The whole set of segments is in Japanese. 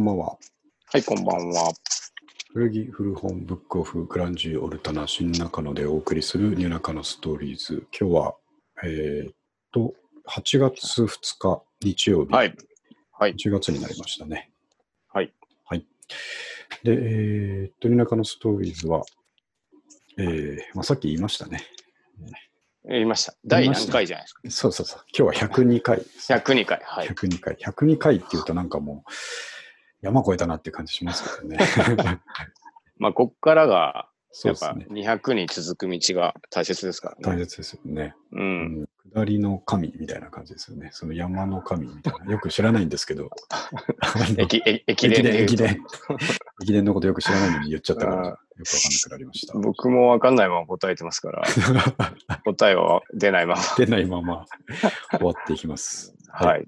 はい、こんばんは。古着、古本、ブックオフ、グランジー、オルタナ、新中野でお送りするニューナカのストーリーズ。今日は、えーっと、8月2日、日曜日、はい。はい。 1月になりましたね。はい。はい。で、えーっと、ニューナカのストーリーズは、えーまあ、さっき言いましたね。言いました。言第いました何回じゃないですそうそうそう。今日は102回ですか。102回。はい。 102回。102回っていうとなんかもう、山越えたなっていう感じしますけど ね。まあ、こっからが、そうやでっすぱね。 200に続く道が大切ですから大ね。切ですよね。うん。下りの神みたいな感じですよね。その山の神みたいな。よく知らないんですけど。駅、駅 駅駅伝伝、で駅言う 伝。駅伝のことよく知らないのに言っちゃったから、あーよくわかんなくなりましと。僕もわかんないまま答えてますから、た。答えは出ないまま。出ないまま終わっていきます。はい。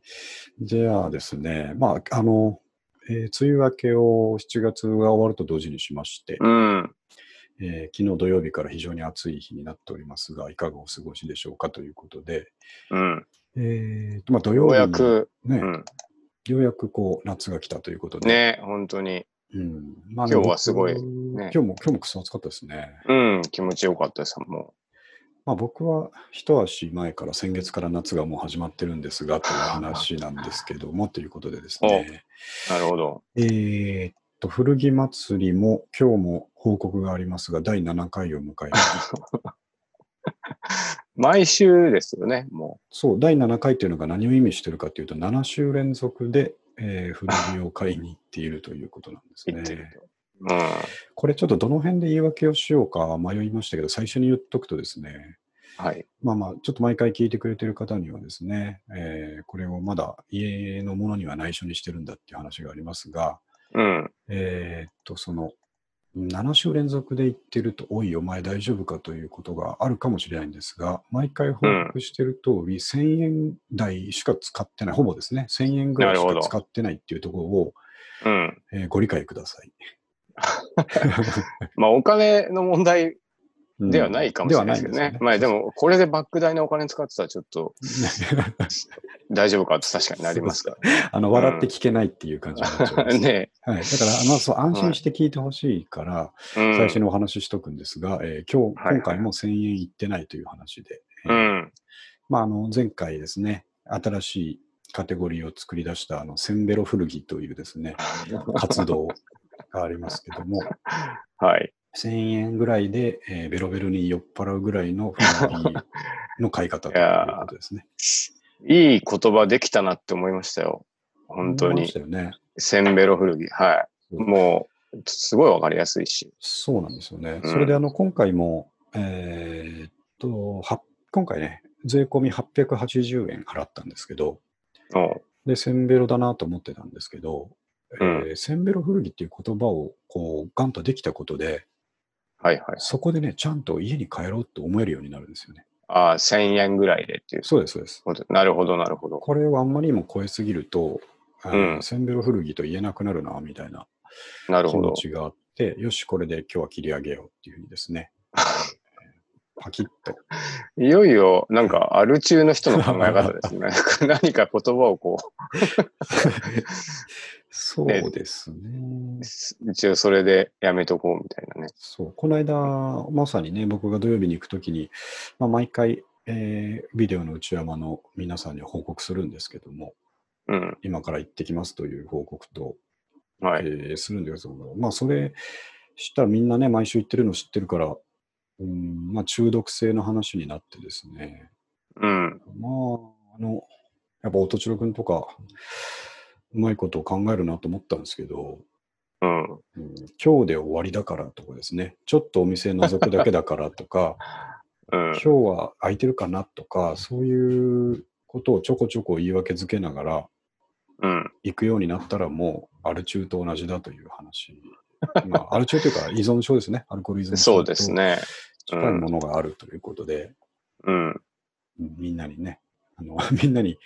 じゃあですね、まあ、あの、えー梅雨明けを7月が終わると同時にしまして、うん。えー昨日土曜日から非常に暑い日になっておりますが、いかがお過ごしでしょうかということで、うん。えーとまあ、土よ曜う日やに、ねく、うん。ようやくこう夏が来たということで、ね、本当に。うんまあ今日はすごい僕ね今日も、今日もくそ暑かったですね。うん。気持ちよかったです。もまあ、僕は一足前から先月から夏がもう始まってるんですがという話なんですけどもということでです ね、う。なるほど。えーっと、古着祭りも今日も報告がありますが、第7回を迎え ます。毎週ですよね、もそう、第7回というのが何を意味してるかというと、7週連続で、えー古着を買いに行っているということなんですう。 行ってるね。と。うん。これちょっとどの辺で言い訳をしようか迷いましたけど、最初に言っとくとですね、はい。まあまあ、ちょっと毎回聞いてくれてる方にはですね、えーこれをまだ家のものには内緒にしてるんだっていう話がありますが、うん。えーっと、その、7週連続で言ってると、おい、お前大丈夫かということがあるかもしれないんですが、毎回報告してる通り、1000円台しか使ってない、ほぼですね、1000円ぐらいしなるかほど使ってないっていうところを、うん。えーご理解ください。まあ、お金の問題 ではないかもしれないですうんでけはどないねです。よねまあ、でも、これで莫大なお金使ってたら、ちょっ と大丈夫かって確かになりますかあの、笑って聞けないっていう感じになっちゃいますら ね。はい、だから、まあ、そう安心して聞いてほしいから、うん。最初にお話ししとくんですが、えー今日、はいはい今回も1000円いってないという話で、えーうん。まあ、あの前回ですね、新しいカテゴリーを作り出したあのセンベロ古着というですね活動がありますけど も、はい。 1000円ぐらいで、えーベロベロに酔っ払うぐらいの古着の買い方ということですね。 いい言葉できたなって思いましたよ。本当思いまにし。たよね。センベロ古着。はい。もう、すごいわかりやすいし。そうなんですよね。うんそれであの今回も、えーっとは今回ね、税込み880円払ったんですけど、おで、センベロだなと思ってたんですけど、うんえーセンベロ古着っていう言葉をこうガンとできたことで、はいはい。そこでね、ちゃんと家に帰ろうって思えるようになるんですよね。ああ、1000円ぐらいでっていうそうです、そうです。こと。なるほど、なるほど。これをあんまりにも超えすぎると、あのうんセンベロ古着と言えなくなるな、みたいななる気ほ持ど。ちがあって、よし、これで今日は切り上げようっていうふうにです ね、パキッといよいよ、なんか、アル中の人の考え 方ですね。なんか何か言葉をこう、 そうですね。一応それでやめとこうみたいなね。そうこの間、まさにね、僕が土曜日に行くときに、まあ、毎回、えービデオの内山の皆さんに報告するんですけども、うん。今から行ってきますという報告と、はい。えーするんですけど、まあ、それしたらみんなね、毎週行ってるの知ってるから、うんまあ、中毒性の話になってですね、うん。まあ、あの、やっぱ音千代君とか、うまいことを考えるなと思ったんですけど、うん。うん今日で終わりだからとかですね、ちょっとお店覗くだけだからとか、 うん今。日は空いてるかなとか、そういうことをちょこちょこ言い訳づけながらうん。行くようになったらもうアル中と同じだという話。ま あ、アル中というか依存症ですね、アルコール依存症。そうです。ね。近いものがあるということで、うん。うんみんなにね、あの みんなに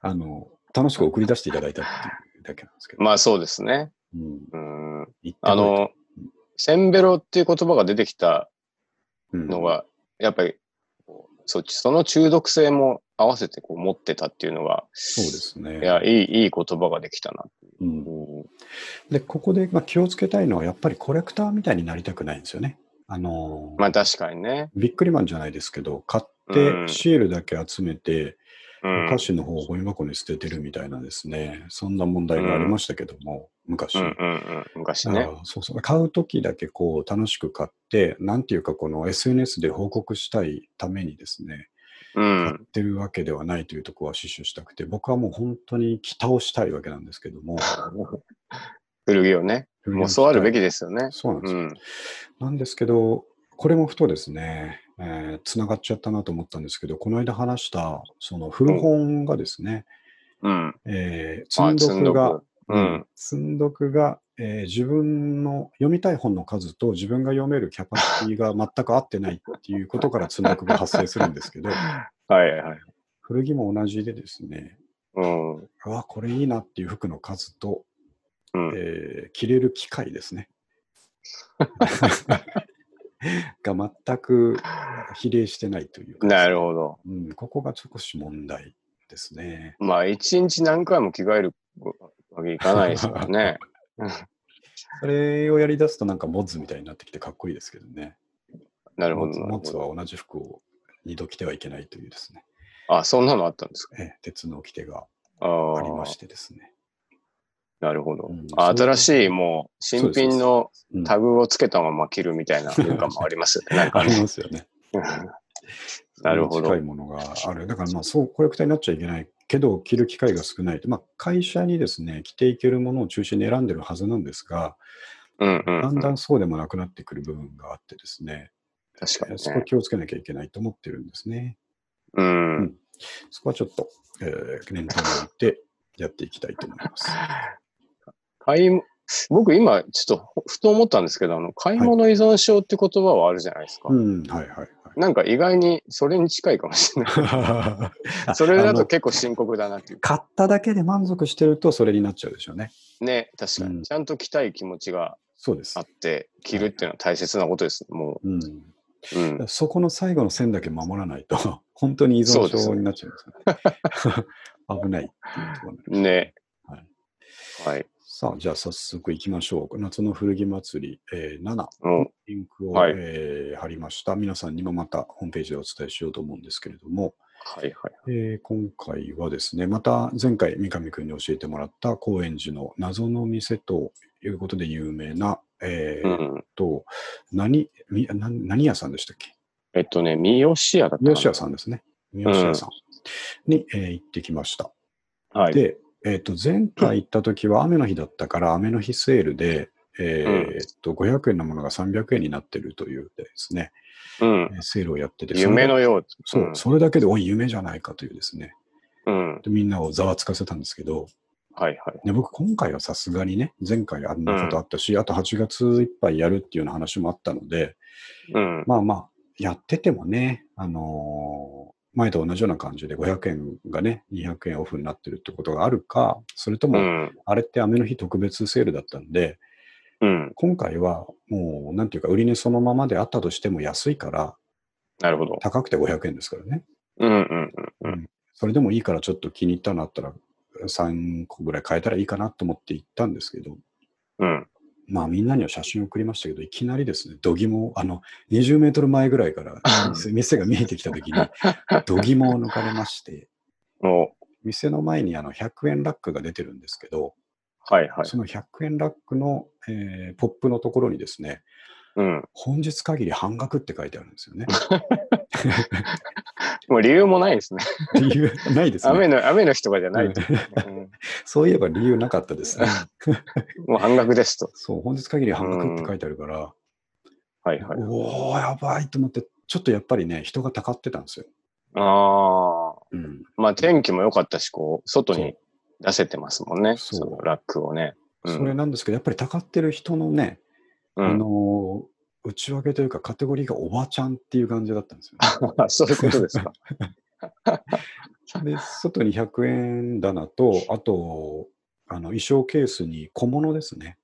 あの楽しく送り出していただいたっていうだけなんですけど。まあそうですね。うん、うん。言ってくれあの、センベロっていう言葉が出てきたうんのが、やっぱり、こうそっち、その中毒性も合わせてこう持ってたっていうのが、そうですね。いや、いい、いい言葉ができたな。うんうんで、ここでまあ気をつけたいのは、やっぱりコレクターみたいになりたくないんですよね。あのーまあ確かにね。ビックリマンじゃないですけど、買っうてんシールだけ集めて、うん。お菓子の方をゴミ箱に捨ててるみたいなですね、そんな問題がありましたけども、昔。うんうんうん。昔だかね。らそうそう買う時だけこう楽しく買って、なんていうか、この SNS で報告したいためにですね、う買っん。てるわけではないというところは死守したくて、僕はもう本当に着倒したいわけなんですけども、古着をね。もうそうあるべきですよね。そうなんですうよ、ん。なんですけど、これもふとですね、つ、えー、繋がっちゃったなと思ったんですけど、この間話したその古本がですね、うん。えー、あ積んどくが、。積うん。積んどくが、えー自分の読みたい本の数と自分が読めるキャパシティが全く合ってないっていうことから積んどくが発生するんですけど、はいはいはい。古着も同じでですね、うん。うああ、これいいなっていう服の数と、ん。えー着れる機会です ね。が全く比例してないというか、なるほど。うん、ここが少し問題ですね。まあ、一日何回も着替えるわけいかないですか らね。それをやり出すとなんかモッズみたいになってきてかっこいいですけどね。なるほモどッズなるモほッズど。は同じ服を二度着てはいけないというですね、あ、そんなのあったんですか。ええ鉄の掟がああありましてですね。なるほどうん。あそういう新しいもう新品のうんタグをつけたまま着るみたいな文化もありますよ ね。なんあかりね。ますよね。なるほど近いものがある。だからまあそうコレクターになっちゃいけないけど、着る機会が少ない。まあ、会社にですね、着ていけるものを中心に選んでるはずなんですが、うんうんうだん。んだ確んそうでもなくなってくる部分があってですね、かにそこね。気をつけなきゃいけないと思ってるんですね。うん。そこはちょっと、えー、念頭に置いてやっていきたいと思います。買いも僕今ちょっとほふと思ったんですけど、あの、買い物依存症って言葉はあるじゃないですかう。ん、はいはいなんか意外にそれに近いかもしれない。。はい それだあとの結構深刻だなっていう。買っただけで満足してるとそれになっちゃうでしょうね。ね、確かうんに。ちゃんと着たい気持ちがそうですあっ。て、着るっていうのは大切なことです。もうん、う。うん。そこの最後の線だけ守らないと、 本当に依存症になっちゃうんですよね。 危ないっていうところになりますね。はい。はい。さあ、じゃあ早速行きましょう。夏の古着祭り、えー7、もうリンクを、はいえー貼りました。皆さんにもまたホームページでお伝えしようと思うんですけれども、はいはい。えー今回はですね、また前回三上くんに教えてもらった高円寺の謎の店ということで有名な、えうーっん。と、何、みな何屋さんでしたっけえっとね、三好屋だったか三な。好屋さんですね。三好屋さんに、えー行ってきました。はい。で、えーっと、前回行った時は雨の日だったから、雨の日セールで、えーうんえーっと、500円のものが300円になってるというですね、うんえ。ーセールをやってて、夢のよう。それだそう、それだけで、おい、夢じゃないかというですね、うん。はいでみんなをざわつかせたんですけど、はい。ね、僕、今回はさすがにね、前回あんなことあったし、あと8月いっぱいやるっていうような話もあったので、うん。まあまあ、やっててもね、あのー前と同じような感じで500円がね、200円オフになってるってことがあるか、それとうも、ん。あれって雨の日特別セールだったんで、うん。今回はもう、なんていうか、売り値そのままであったとしても安いから、なるほど。高くて500円ですからね。うんうんうんそれでもいいからちょっと気に入ったのあったら、3個ぐらい変えたらいいかなと思って行ったんですけど、うん。うん。まあみんなには写真を送りましたけど、いきなりですね、度肝を、あの、20メートル前ぐらい から店店が見えてきたときに、度肝を抜かれまして、もう、店の前にあの100円ラックが出てるんですけど、はいはい。その100円ラックの、えーポップのところにですね、うん。本日限り半額って書いてあるんです よね。もう理由もないですね。理由ないです雨ね。の、雨の日とかじゃない。そういえば理由なかったですね。うんもう半額ですと。そう、本日限り半額って書いてあるから、はいはい。おー、やばいと思って、ちょっとやっぱりね、人がたかってたんですよ。ああ。うん、まあ天気も良かったし、こう、外そうに出せてますもんね。そうそのラックをね。うんそれなんですけど、やっぱりたかってる人のね、うあん。のー内訳というかカテゴリーがおばちゃんっていう感じだったんですよね、 そういうことで すか。で、外に100円棚と、あと、あの衣装ケースに小物ですね。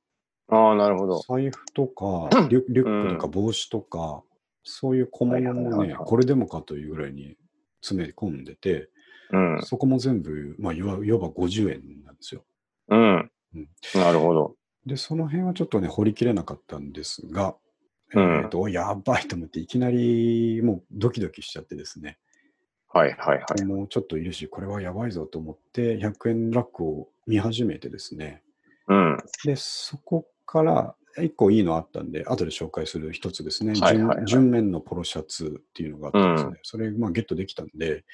ああ、なるほど。財布とかリュ、リュックとかう帽子とか、そういう小物はいはいもはいね、はいこれでもかというぐらいに詰め込んでて、うん。そこも全部、まあ、いわいわば50円なんですよ。うんうん。なるほど。で、その辺はちょっとね、掘りきれなかったんですが、うんえっと、おやばいと思って、いきなりもうドキドキしちゃってですね、はいはいはい。もうちょっといるし、これはやばいぞと思って、100円ラックを見始めてですね、うん。で、そこから、一個いいのあったんで、後で紹介する一つですね、はいはいはい純純面のポロシャツっていうのがあったんですね。それ、まあ、ゲットできたんで、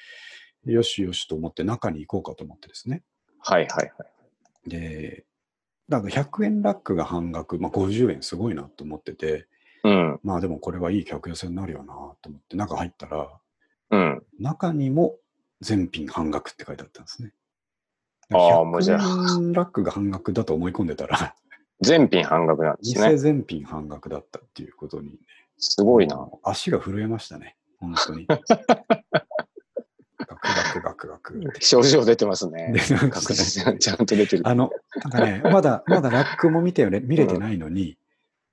よしよしと思って中に行こうかと思ってですね。はいはいはい。で、なんか100円ラックが半額、まあ、50円すごいなと思ってて、うん。まあでもこれはいい客寄せになるよなと思って中入ったら、うん。中にも全品半額って書いてあったんですね。ああもうじゃあ100円ラックが半額だと思い込んでたら、全品半額なん です店ね。全品半額だったっていうことに、ね、すごいな。もう足が震えましたね、本当 に。ガクガクガクガクって。症状出てますね。でなんか確 実にちゃんと出てる。あの、なんかね、まだ、まだラックも見てよね見れてないのに、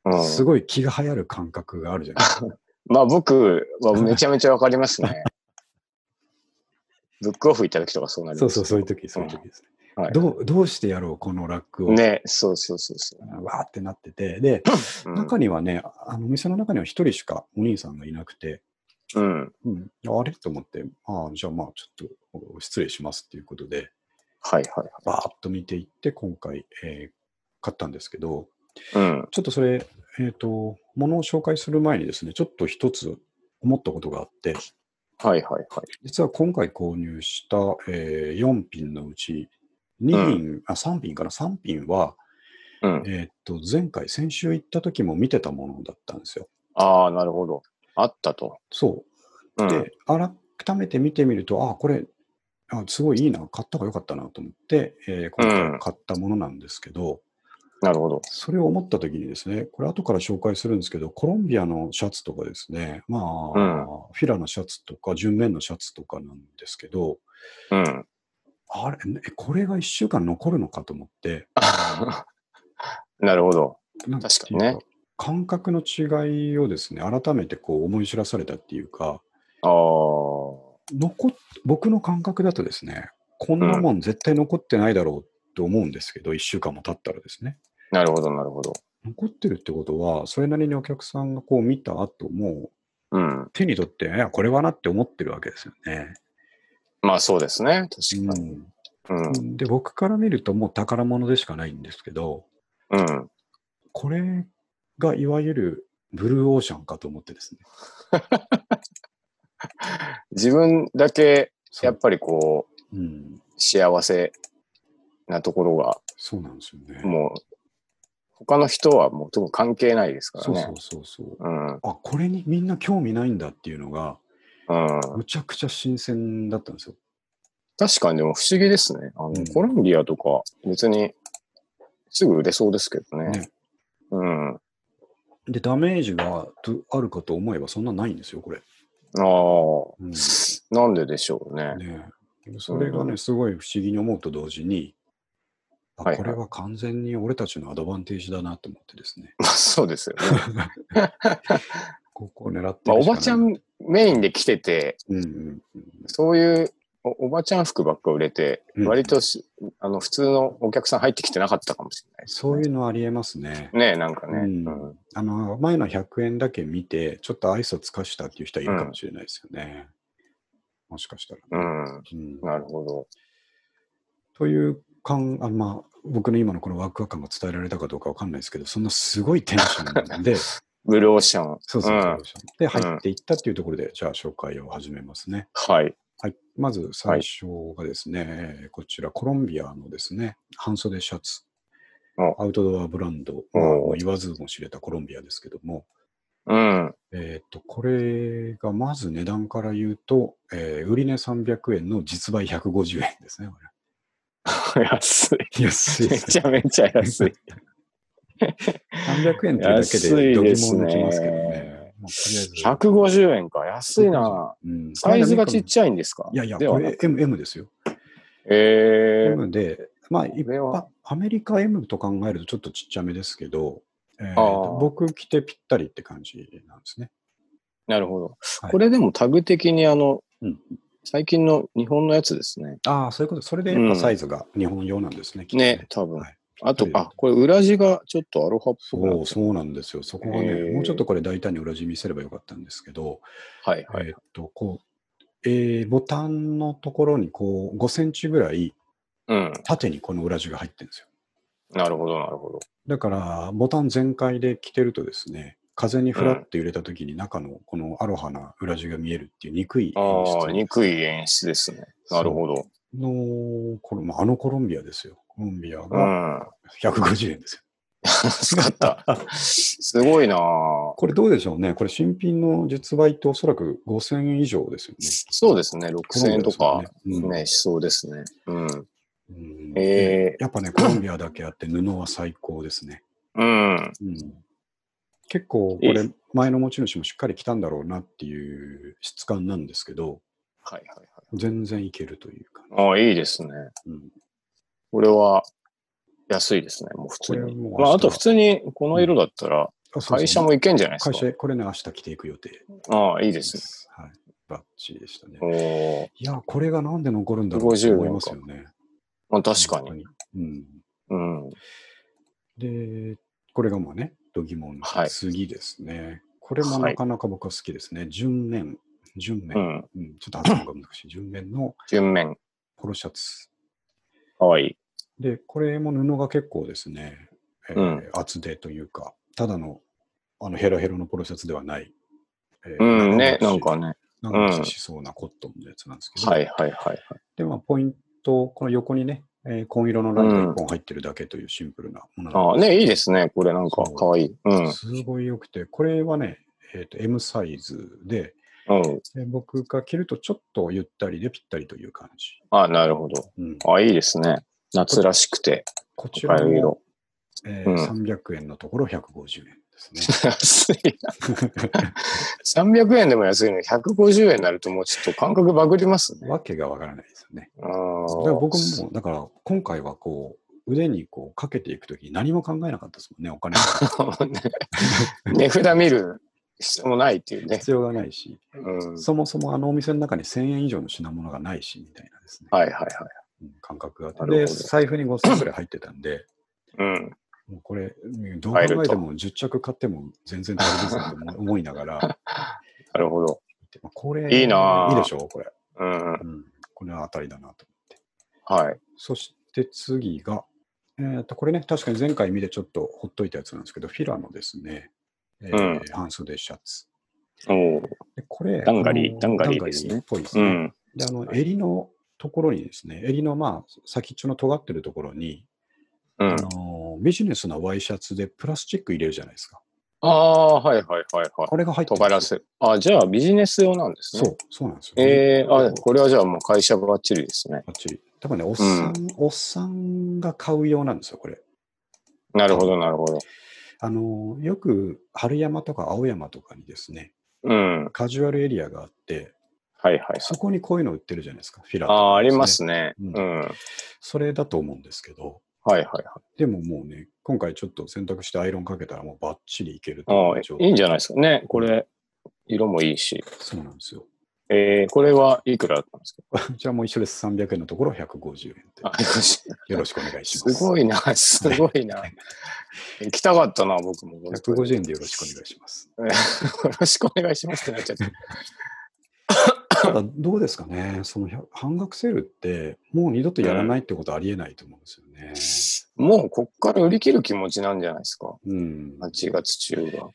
うん、すごい気が流行る感覚があるじゃないですか。 まあ僕はめちゃめちゃわかりま すね。ブックオフ行った時とかそうなりそまうす。そう、そういう時、そういう時ですね。はいどうどうしてやろう、このラックを。ね、そうそうそうそわーってなってて。で、う。中にはね、あのお店の中には一人しかお兄さんがいなくて、うん。うん、あれと思って、ああ、じゃあまあちょっとお失礼しますっていうことで、はいはい。バーッと見ていって、今回、えー買ったんですけど、うん。ちょっとそれ、えっ、と、ものを紹介する前にですね、ちょっと一つ思ったことがあって、はいはいはい。実は今回購入した、え4品のうち、2品、あ、3品かな、3品は、うん。えっ、と、前回、先週行った時も見てたものだったんですよ。ああ、なるほど。あったと。そう。うん。で、改めて見てみると、あ、これ、あすごいいいな、買った方が良かったなと思って、えー今うん回買ったものなんですけど、なるほど。それを思った時にですね、これ後から紹介するんですけど、コロンビアのシャツとかですね、まあ、うんフィラのシャツとか、純面のシャツとかなんですけど、 うん。あれ、えこれが1週間残るのかと思って、なるほど。なん確かにねっていう感覚の違いをですね、改めてこう思い知らされたっていうか、ああ。残っ僕の感覚だとですね、こんなもん絶対残ってないだろうと思うんですけど、1週間も経ったらですね。なるほど、なるほど。残ってるってことは、それなりにお客さんがこう見た後も、うん。手に取って、いや、これはなって思ってるわけですよね。まあそうですね。確かに。うん。うんで、僕から見るともう宝物でしかないんですけど、うん。これがいわゆるブルーオーシャンかと思ってですね。自分だけ、そうやっぱりこう、うん、幸せなところが、そうなんですよね。もう、他の人はもう特に関係ないですからそうね。そうそうそう。うん。うん。あ、これにみんな興味ないんだっていうのが、むちゃくちゃ新鮮だったんですよ。確かにでも不思議ですね。あの、うんコロンビアとか別にすぐ売れそうですけどね。ねうん。あで、ダメージがとあるかと思えばそんなないんですよ、これ。あ、うんなんででしょうね。ね、それがうね、すごい不思議に思うと同時に、あはいはいこれは完全に俺たちのアドバンテージだなと思ってですね。まあそうですよね。 ここを狙ってまあ、るおしかないばちゃんメインで来てて、うんうんうんそういうおおばちゃん服ばっか売れて、うん割とし、あの普通のお客さん入ってきてなかったかもしれないです、そういうのありえますね。ねえ、なんかうね。んうんあの前の100円だけ見て、ちょっと愛想つかしたっていう人はいるかもしれないですよね。もしかしたら。うん。うんなるほど。という感あ、まあ、僕の今のこのワクワク感が伝えられたかどうかわかんないですけど、そんなすごいテンショ ンで、ブルーオーシャン。そうそうそう。で、ん入っていったっていうところで、じゃあ紹介を始めますね。はい。はい。まず最初がですね、えーこちらコロンビアのですね、半袖シャツお。アウトドアブランド、まあ、おもう言わずも知れたコロンビアですけども、うん。 えーっと、これがまず値段から言うと、えー売り値300円の実売150円ですね。こ安い。れ安いでめすちゃめちゃ安い。 300円っていうだけで、どぎも抜きますけど安いですねね。まあとりあえず150円か。安いな。うんサイズがちっちゃいんですかいやいや、でこはなれく。 M, M ですよ。えー、 M で、まあ、一れは般、アメリカ M と考えるとちょっとちっちゃめですけど、えーあー僕着てぴったりって感じなんですね。なるほど。はいこれでもタグ的にあの、うん最近の日本のやつですね。ああ、そういうこと。それでやっぱサイズが日本用なんですね。きっとね、多分。はいあと、あ、これ裏地がちょっとアロハっぽくなってそう、そうなんですよ。そこがへーね、もうちょっとこれ大胆に裏地見せればよかったんですけど、はいはい。えーっと、こう、えーボタンのところにこう5センチぐらいうん。縦にこの裏地が入ってるんですよ。なるほど、なるほど。だから、ボタン全開で着てるとですね、風にフラッと揺れた時に中のこのアロハな裏地が見えるっていう憎い演ああ、出憎い演出ですね。なるほど。の、このまああのコロンビアですよ。コロンビアうがん。 150円ですよ。使った。 すごいなあこれどうでしょうね。これ新品の実売っておそらく5000円以上ですよね。そうですね、6000円とか、うんね、しそうですね。ううん。んえやっぱね、コロンビアだけあって布は最高ですね。うん。うん結構こいいれ、前の持ち主もしっかり着たんだろうなっていう質感なんですけど、はいはい全然いけるというか、はい。ああ、いいですね。うんこれは安いですね、もう普通これに。もう明日まあ、あと普通にこの色だったらあそうそう会社もいけんじゃないです会か。社へ、これね、明日着ていく予定でああ、いいですね。す。はい。バッチリでしたね。おおーいや、これがなんで残るんだろうと思いますよね。まあ、確かに。に。うん。うん。で、これがまあね、度肝を抜はいく次ですね。これもなかなか僕は好きですね。順面、順う面、ん。うんちょっと発音が難しい。順面の順面。ポロシャツ。かわいい。で、これも布が結構ですね、えーうん厚手というか、ただのあのヘロヘロのポロシャツではない。えーうんね、な長ん持ちかね。長持ちしそうなコットンのやつなんですけど、はいはいはい。で、まあ、ポイント、この横にね、えー紺色のライト1本入ってるだけというシンプルなものあなあ、んですけどね、いいですね。これなんかかわいい。うん。すごい良くて、これはね、えーと M サイズで、うん。えー僕が着るとちょっとゆったりでぴったりという感じ。ああ、なるほど。うんああ、いいですね。夏らしく て、こち他らのも色、。えうんー300円のところ150円ですね。安いな。300円でも安いのに150円になるともうちょっと感覚バグりますね。わけがわからないですよね。ああだから僕ももう、だから今回はこう、腕にこうかけていくとき何も考えなかったですもんね、お金の値札見る必要もないっていう ね。必要がないし、うん、そもそもあのお店の中に1000円以上の品物がないし、みたいなですね、はいはいはい。うん感覚があって。なるほどで、財布に5000円くらい入ってたん で、うん。もうこれ、うんどう考え入るてとも10着買っても全然足りませんと思思いなが ら、なるほど。まあこれ、いいなぁいいでしょう、これ。うん。はい。うん、これは当たりだなと。はいそして次が、えー、とこれね、確かに前回見てちょっとほっといたやつなんですけど、フィラのですね、えーうん半袖シャツ。おうでこれ、ダンガリーあのダンガリーですねダンガリーっぽいですうね。ん。で、あの、襟のところにですね、襟のまあ、先っちょの尖ってるところに、うあん。のビジネスのワイシャツでプラスチック入れるじゃないですか。ああー、はいはいはいはい。あれが入ってるん尖らですよせる。あ、じゃあビジネス用なんですね。そう、そうなんですよ。ええあ、ここれはじゃあもう会社ばっちりですね。バッチリ。多分ね、おっさん、おっさんが買う用なんですよ、これ。なるほど、なるほど。あのよく春山とか青山とかにですね、うん。はいカジュアルエリアがあって、はいはい。そこにこういうの売ってるじゃないですか、フィラああー、ありますね。ね。うんうん。はいそれだと思うんですけど、はいはい。でももうね、今回ちょっと洗濯してアイロンかけたらもうバッチリいけるといああう状、い態いんじゃないですかね。これ、色もいいし。そうなんですよ。ええこれはいくらだったんですかこちらも一緒です。300円のところ150円で。 あ、すよろしくお願いします。ごい な、すごいな。行きたかったな、僕も。 150円でよろしくお願いします。よろしくお願いしますってなっちゃった。ただ、どうですかね、そのひゃ半額セールって、もう二度とやらないってことはありえないと思うんですよね。もうこっから売り切る気持ちなんじゃないですか。うん、 8月中が。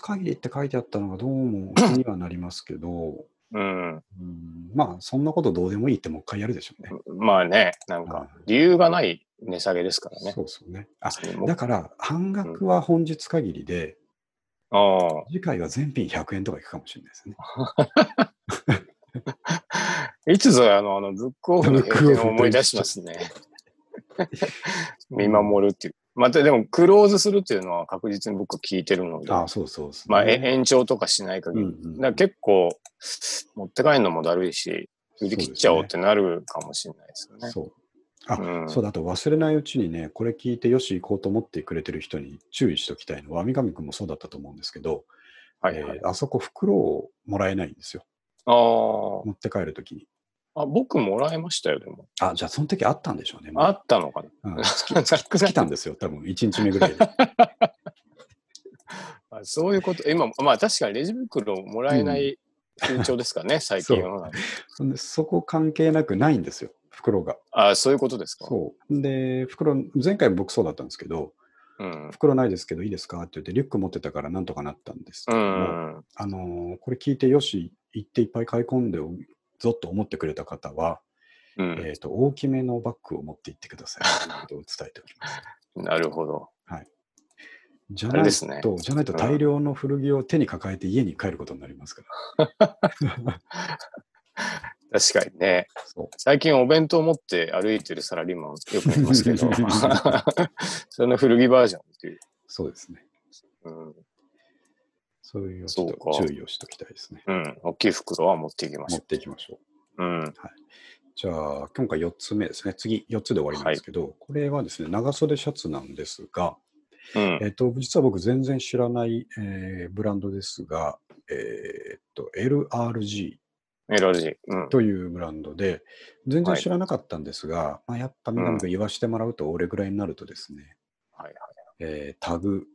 限りって書いてあったのがどうも気にはなりますけど、うん。うんまあそんなことどうでもいいってもう一回やるでしょうね。まあね、なんか、理由がない値下げですからね。そうですよね。あもうだから半額は本日限りで、あ次回は全品100円とかいくかもしれないですね。あ。いつぞやあの、あの、ブックオフの経験を思い出しますね。 見守るっていう。またでも、クローズするっていうのは確実に僕は聞いてるので、あそうそうですねまあ、え延長とかしない限うんうり。んだから結構、持って帰るのもだるいし、売り切っちゃおうってなるかもしれないですよね。そう。あ、うんそうだあと忘れないうちにね、これ聞いてよし行こうと思ってくれてる人に注意しておきたいのは、三上君もそうだったと思うんですけど、はいはい。えーあそこ袋をもらえないんですよ。あー持って帰るときに。ああ、僕もらいましたよ、でも。あ、じゃあその時あったんでしょうね。もうあったのかなうん、ざっく り来たんですよ、多分1日目ぐらいで。あ そういうこと。今、まあ確かにレジ袋もらえない緊張ですかね、最近は。そんでそこ関係なくないんですよ、袋が。あそういうことですか。そう。で、袋、前回僕そうだったんですけど、うん。袋ないですけどいいですかって言って、リュック持ってたからなんとかなったんですけうども、ん。あのーこれ聞いてよし、行っていっぱい買い込んでおぞと思ってくれた方は、うん。えーと、大きめのバッグを持って行ってくださいということを伝えておきます。なるほど。じゃあれなでいすねと、じゃないと大量の古着を手に抱えて家に帰ることになりますから。確かにね。そう、最近お弁当持って歩いてるサラリーマンよく見ますけど その古着バージョンっていう。そうですね。うん。そういうちょっそうとか注意をしておきたいですね。うん。大きい袋は持っていきま持っしょていきましょう。う。うん。じゃあ、今回4つ目ですね。次、4つで終わりなんですけど、これはですね、長袖シャツなんですが、うんえ。っと、実は僕全然知らない、えーブランドですが、えーっと、LRG LRG。うん。というブランドで、全然知らなかったんですが、まあ、やっぱみんな僕言わしてもらうと、俺ぐらいになるとですね、はいえータグ、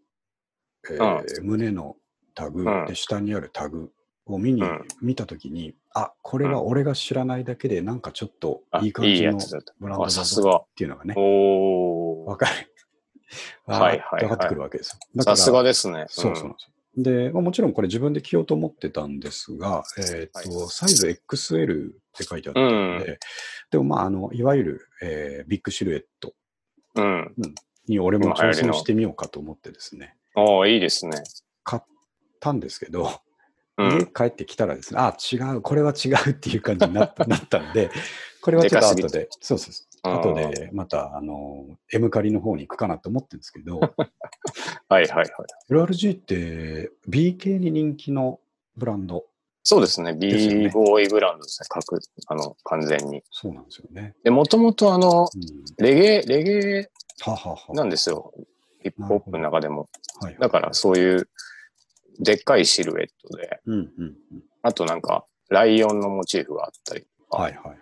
えー胸のタグ、うんで下にあるタグを見に、うん見たときに、あ、これは俺が知らないだけで、なんかちょっといい感あいいじやのつだったブランドだあぞさすがっていうのがね、おわー。かる。 はいはいはいわかってくるわけですよ。だからさすがですね。そうそうなんですよ。で、まあ、もちろんこれ自分で着ようと思ってたんですが、えーとはいサイズ XL って書いてあったので、でもまあ、あの、いわゆる、えービッグシルエットうん。うん。に俺も今流行挑りの戦してみようかと思ってですね、おー、いいですね。買ったんですけど、う家ん。帰ってきたらですね、あ、違う、これは違うっていう感じにな ったなったんで、これはちょっと後でかすで、そうそうそう、うん後でまた、あの、M カリの方に行くかなと思ってるんですけど、はいはいはい。 LRG って BK に人気のブランド、そうですね。すよね b ボーイブランドですね。各、あの、完全に。そうなんですよね。で、もともとあの、うんレゲエ、レゲエははは。なんですよ。ヒップホップの中でも。はいはいだからそういう、でっかいシルエットで、うんうんうん。あとなんか、ライオンのモチーフがあったり、はいはいはい。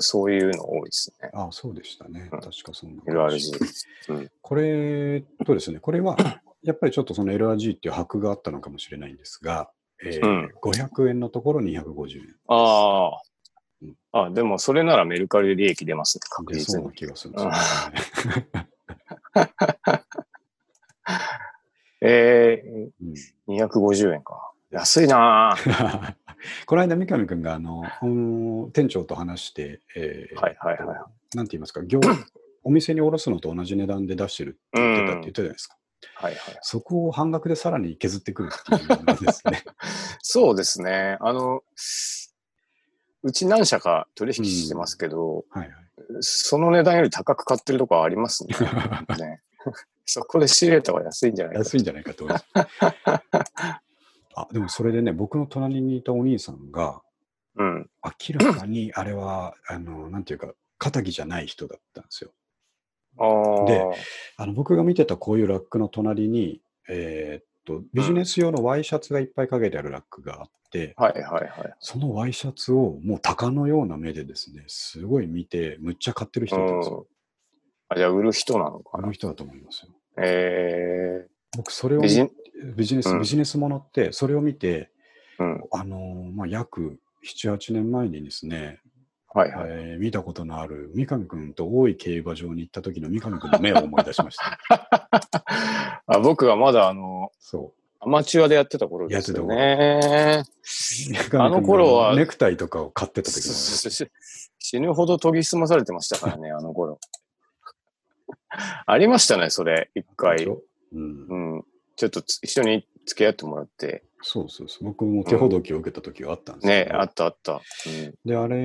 そういうの多いですね。あそうでしたね。うん確かそんな。 LRG。うん。これとですね、これは、 やっぱりちょっとその LRG っていう箔があったのかもしれないんですが、えーうん500円のところ250円。あうんあ。あ、でもそれならメルカリで利益出ますね。確でそ実うにな。気がするんですよね。えうん え250円か。安いなぁ。この間、三上君があの、うん店長と話して、えーはいはいはい。なんて言いますか、業 お店に卸すのと同じ値段で出してるって言ってたって言ってたじゃないですか。はいはい。そこを半額でさらに削ってくるっていうのですね。そうですね。あの、うち何社か取引してますけど、はいはい。その値段より高く買ってるとこありま すね。ね そこで仕入れた方が安いんじゃないかと安いんじゃないかと思います。あでもそれでね、僕の隣にいたお兄さんが、うん。明らかにあれは、あの、なんていうか、肩着じゃない人だったんですよ。ああ。であの僕が見てたこういうラックの隣に、えーっと、ビジネス用のワイシャツがいっぱいかけてあるラックがあって、はいはいはい。そのワイシャツをもう鷹のような目でですね、すごい見て、むっちゃ買ってる人だったんですうんよ。。あ、じゃあ売る人なのかあなの。人だと思いますよ。え僕、それえを美見人。ビジネス、うんビジネスものって、それを見て、うん。あのーまあ、約7、8年前にですね、はいはい。えー見たことのある三上君と大井競馬場に行った時の三上君の目を思い出しま した。 あ僕がまだあの、そアマチュアでやってた頃ですよね。う。三上あの頃は君ネクタイとかを買ってた時のすすす死ぬほど研ぎ澄まされてましたから ね、あの頃。ありましたね、それ、一回。うんう、ん。ちょっとつ一緒に付き合ってもらって。そうそうそう。僕も手ほどきを受けた時があったんですけね、ど、あったあった。で、あれ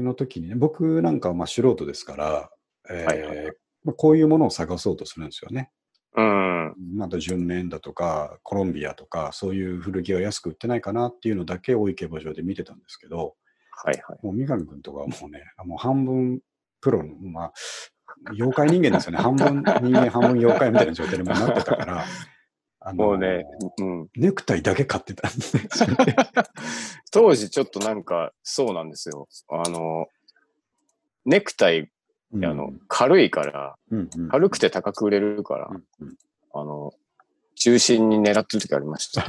の時にね、僕なんかはまあ素人ですから、えーはいはいはまあこういうものを探そうとするんですよね。うん。うん。まだ純連だとか、コロンビアとか、そういう古着は安く売ってないかなっていうのだけ大井競馬場で見てたんですけど、はいはい。もう三上君とかはもうね、もう半分プロの、まあ、妖怪人間ですよね。半分人間、半分妖怪みたいな状態にもうなってたから、あのもうね、うん。 ネクタイだけ買ってたんですね。当時ちょっとなんか、そうなんですよ。あの、ネクタイ、うあんの、、軽いから、うんうん軽くて高く売れるからう、んうんあの、中心に狙ってる時ありま した。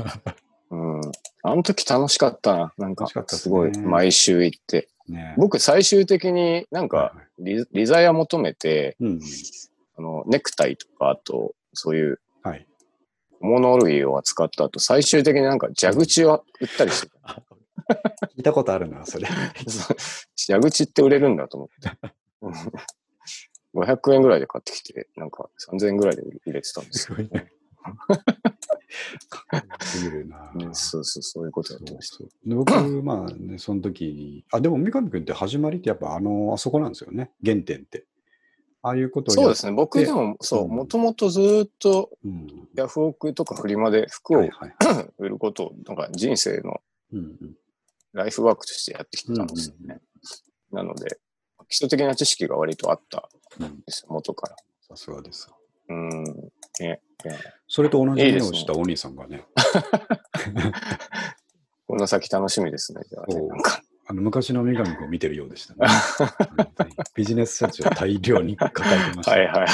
うん。あの時楽しかったな。なんか楽しかった、っすすねごい、毎週行って。ね僕、最終的になんはかいはいリ、リザヤ求めて、うんうんあの、ネクタイとか、あと、そういうはい。小物類を扱った後、最終的になんか蛇口を売ったりしてた。 聞いたことあるな、それ。蛇口って売れるんだと思って。 うん500円ぐらいで買ってきて、なんか3000円ぐらいで売れてたん ですすごいね。見るなよ。ね、そうそう、そういうことそやうってましそうで僕、まあね、その時に、あ、でも三上君って始まりってやっぱあの、あそこなんですよね、原点って。ああいうことた。をそうやですね。僕でも、そう、うんもともとずーっとうんヤフオクとかフリマで服はをいはい。売ることを、なんか人生のうんうんライフワークとしてやってきてたんですよね。なので、基礎的な知識が割とあったうんんですよ、元から。さすがです。うん。ね、それと同じいい目でをすねしたお兄さんがね、この先楽しみですね。じゃあねそうなんかあの昔の三上君を見てるようでした ね。本当にビジネス社長を大量に抱えてました。はいはい。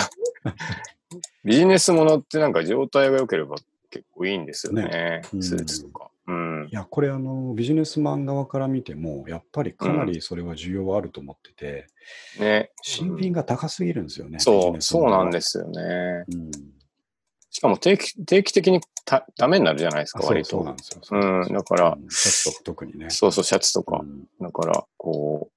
ビジネスものってなんか状態が良ければ結構いいんですよね。うんスーツとか。うん。いや、これあの、ビジネスマン側から見ても、やっぱりかなりそれは需要はあると思ってて、ね。新品が高すぎるんですよね。。そう、そうなんですすよね。うん、しかも定期定期的にたダメになるじゃないですあか、そう割そうなと。んですよ。うそうなんんで。すよだから、うんちょっと特にね。そうそう、シャツとかう。んだから、こ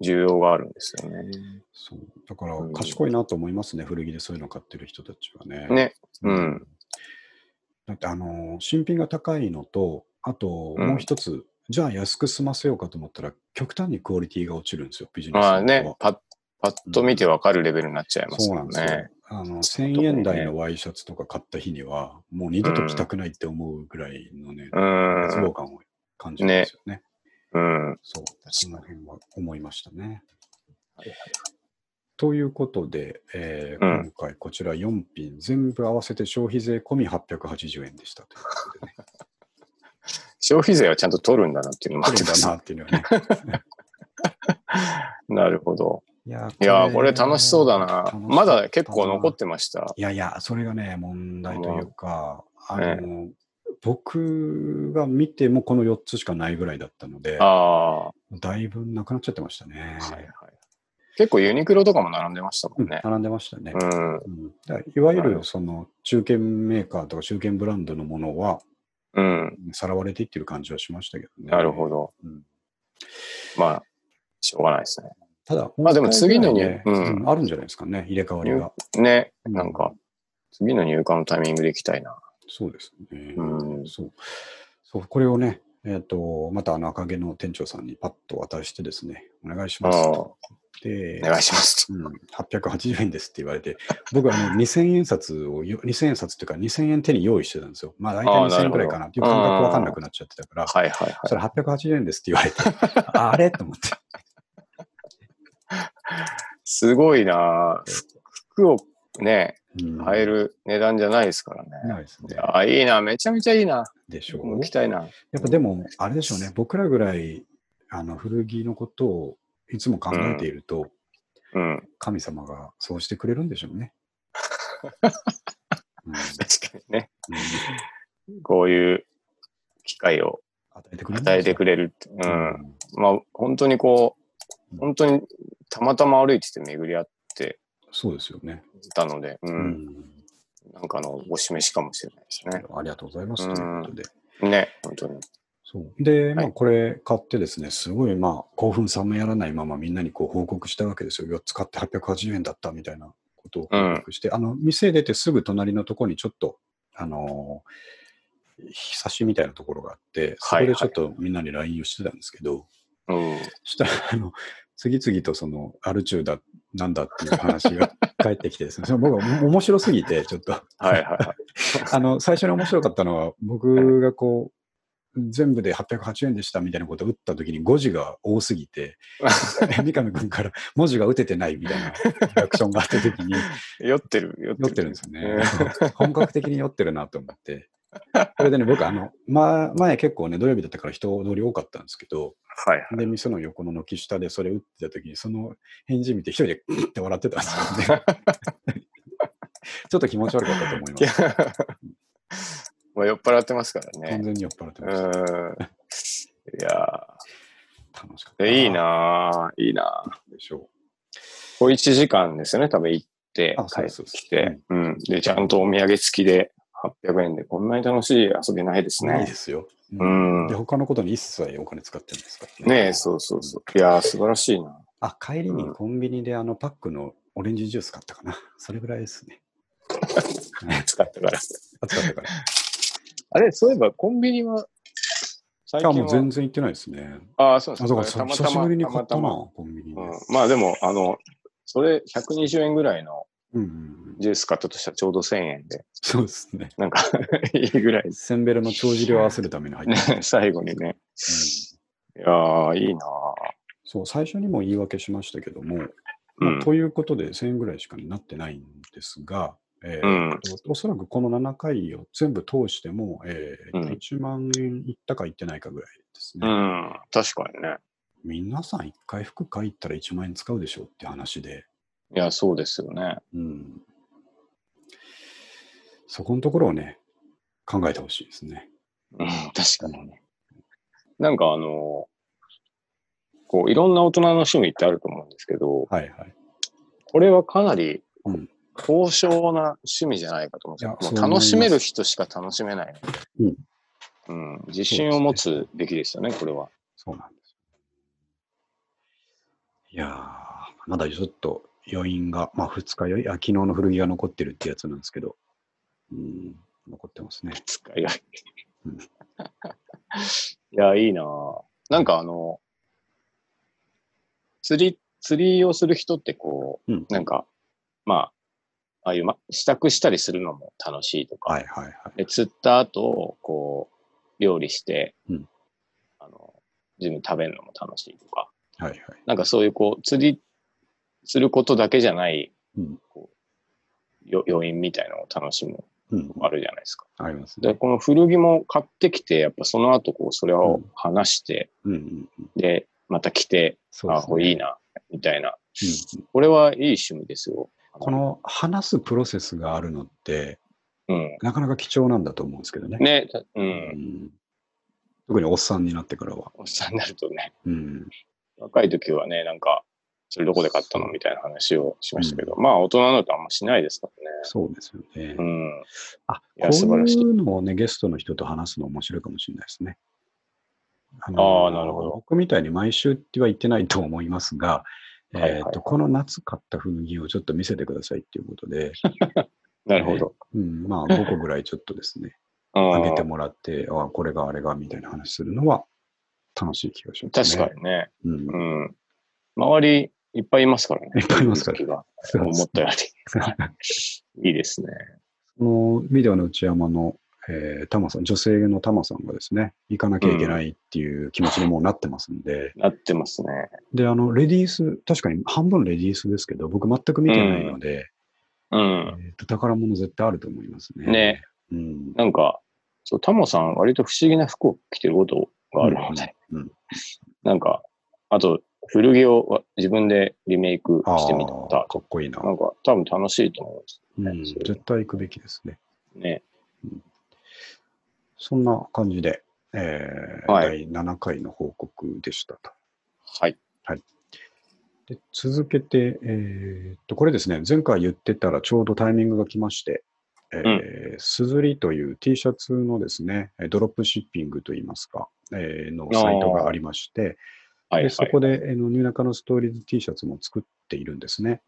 う、需要があるんですよね。そうだからうん賢いなと思いますね、古着でそういうの買ってる人たちはね。ね。うん。だって、あのー新品が高いのと、あとうんもう一つ、じゃあ安く済ませようかと思ったら、極端にクオリティが落ちるんですよ、ビジネスのまあ方はね、パッ、パッと見てわかるレベルになっちゃいますそうなもんんですよね。。あのう1000円台のワイシャツとか買った日には、もう二度と着たくないって思うぐらいのね、うん。絶望感を感じるんですよね。うん。そう、かにその辺は思いましたね。ということで、えーうん今回こちら4品全部合わせて消費税込み880円でしたということでね。消費税はちゃんと取るんだなっていうのもあありるまんすだなっていうのはね。 なるほど。いやいやー、これ楽しそうだな。楽しまだ結構残っててました。いやいや、それがね、問題というか、あんの、僕が見てもこの4つしかないぐらいだったので、あだいぶなくなっちゃってましたねあ、。はいはい。結構ユニクロとかも並んでましたもうんんね。並んでましたね。うん。うんだからいわゆなるほるどその中堅メーカーとか中堅ブランドのものはうん。さらわれていってる感じはしましたけどね。なるほど。うんまあ、しょうがないですね。ただ、まあでも次のにね、うんうんあるんじゃないですかね、入れ替わりが。ね。うんなんか、次の入荷のタイミングで行きたいな。そうですね。うんそう。そう、これをね、えっ、と、またあの赤毛の店長さんにパッと渡してですね、お願いしますと。でお、願いし ます。うん、880円ですって言われて、 僕はあの2000円札をよ、2000円札っていうか2000円手に用意してたんですよ。まあ大体あ2000ーな円るほくどらいかなっていう感覚わかんなくなっちゃってたから、はいはいはい。それ880円ですって言われて、 あれと思って。すごいなぁ服をね、うん買える値段じゃないですからね。ないですね。あ、いいなめちゃめちゃいいなでしょ僕もう。着たいな。やっぱでも、あれでしょうね、僕らぐらいあの古着のことをいつも考えていると、うん。神様がそうしてくれるんでしょう ね。うん確かにね。うんこういう機会を与えてくれるん与えでしょてうくれるって。う。うんんまあ、本当にこうう、ん本当にたまたま歩いてて巡り合ってそうですよね。たので、う。うんんなんかのお示しかもしれないですありがとうございます。うんということで。ね。ね、本当に。そうで、まはあ、これ買ってですね、すごい、まあ、興奮冷めやらないままみんなにこう報告したわけですよ。4つ買って880円だったみたいなことを報告して、あの、店出てすぐ隣のところにちょっと、あのーひさしみたいなところがあって、そこはいはでいちょっとみんなに LINE をしてたんですけど、うん。そしたら、あの、次々とその、アルチューだ、なんだっていう話が 返ってきてですね、その僕は面白すぎて、ちょっと、はいはいはあの、最初に面白かったのは、僕がこう、全部で808円でしたみたいなことを打った時に語字が多すぎて、三上君から文字が打ててないみたいなリアクションがあった時に、 い。酔ってる、酔ってる。酔ってるんですよね。本格的に酔ってるなと思って。それでね、僕、あの、ま、前結構ね、土曜日だったから人通り多かったんですけど、はい はい。で、店の横の軒下でそれ打ってた時に、その返事見て一人でクッって笑ってたんですよね。ちょっと気持ち悪かったと思いいまやす。、もう酔っ払ってますから完ね。全に酔っ払ってうんました。。いや楽しかっーた。えいい。なーいいなーでしょ小1時間ですよね、多分行ってう。あ、、帰そうっです。そうですきて、うん。で、ちゃんとお土産付きで800円で、こんなに楽しい遊びないですうんいいねで。すよ。ううんんで、。他のことに一切お金使ってないですからねえ、そうそうそう。いやー素晴らし いな。あ、帰りうんにコンビニであのパックのオレンジジュース買ったかな。 それぐらいですね。使ったから。暑かった から。あれ、そういえばコンビニは、最あ、近もうは全然行ってないですね。ああ、そうあ、なんだでかすら久しぶりに買ったな、まコンビニで。たまうんまあでも、あの、それ120円ぐらいのうんうん。ジュース買ったとしたらちょうど1000円で、 そうですね。なんかいいぐらい センベロの帳尻を合わせるために入って た、ね、最後にね。うんいやー、いいなそう、最初にも言い訳しましたけども、うまあん。ということで1000円ぐらいしかなってないんですが、えうーん。おそらくこの7回を全部通しても、えーうん1万円いったかいってないかぐらいですうね。ん。確かにね。皆さん1回服買いったら1万円使うでしょうって話で、いや、そうですよね。うん、そこのところをね、考えてほしいですね。うん、確かにね。なんかあの、こう、いろんな大人の趣味ってあると思うんですけど、はいはい。これはかなりうん、高尚な趣味じゃないかと思うんですよいやもう楽しそう思めいまる人しか楽しめない。うんうん。自信を持つべきですよね、これは。そうなんです。いやー、まだちょっと余韻が、まあ2日酔い、あ、昨日の古着が残ってるってやつなんですけど、うん、残ってますね。使いがいうん。 いや、いいなぁなんかあの、釣り、釣りをする人ってこう、うんなんか、まあ、ああいう、ま、支度したりするのも楽しいとか、はいはいはい。で釣った後、こう、料理して、うんあの、自分食べるのも楽しいとか、はいはい。なんかそういうこう、釣り、することだけじゃないうん、よ余韻みたいなのを楽しむうん、あるじゃないですか。ありますで、ね。この古着も買ってきて、やっぱその後こう、それをうん話して、うんうんうん。で、また来て、そうであ、すこねれいいな、みたいな。うんうんこれはいい趣味ですよ。この話すプロセスがあるのって、うん。なかなか貴重なんだと思うんですけどね。ね、たう。うんん、特におっさんになってからは。おっさんになるとね、うん、若い時はね、なんか、それどこで買ったのみたいな話をしましたけど、まあ大人になるとあんましないですかそうですよね。らね。うん。あ、いこや素晴らうしいいうのをね、ゲストの人と話すの面白いかもしれないですね。ああーなるほど僕みたいに毎週っては言ってないと思いますが、はいはいはいえーとこの夏買った古着をちょっと見せてくださいっていうことで、なるほど。うん、まあ5個ぐらいちょっとですね、うんあげてもらって、あこれがあれがみたいな話するのは楽しい気がします、確ね。かにね。に。うんう、ん。周り、いっぱいいますからね。いっぱいいますからら。そう思ったよそうり。いいですね。このビデオの内山の、えー、タマさん、女性のタマさんがですね、行かなきゃいけないっていう気持ちにもうなってますんで、なってますね。で、あの、レディース、確かに半分レディースですけど、僕全く見てないので、うん。えーと宝物絶対あると思いますね。ね。うん。なんか、そう、タモさん、割と不思議な服を着てることがあるので、うんうんなんか、あと、古着をわ自分でリメイクああしてみー、たか。っこいいな。なんか、多分楽しいと思うんですうん、絶対行くべきですね。よね。そんな感じで、えーはい第7回の報告でしたと。はい。で続けて、えーっと、これですね、前回言ってたらちょうどタイミングが来まして、えーすずりという T シャツのですね、えードロップシッピングといいますか、えーのサイトがありまして、はい、はでい。そこで、えーのニューナカのストーリーズ T シャツも作っているんですね。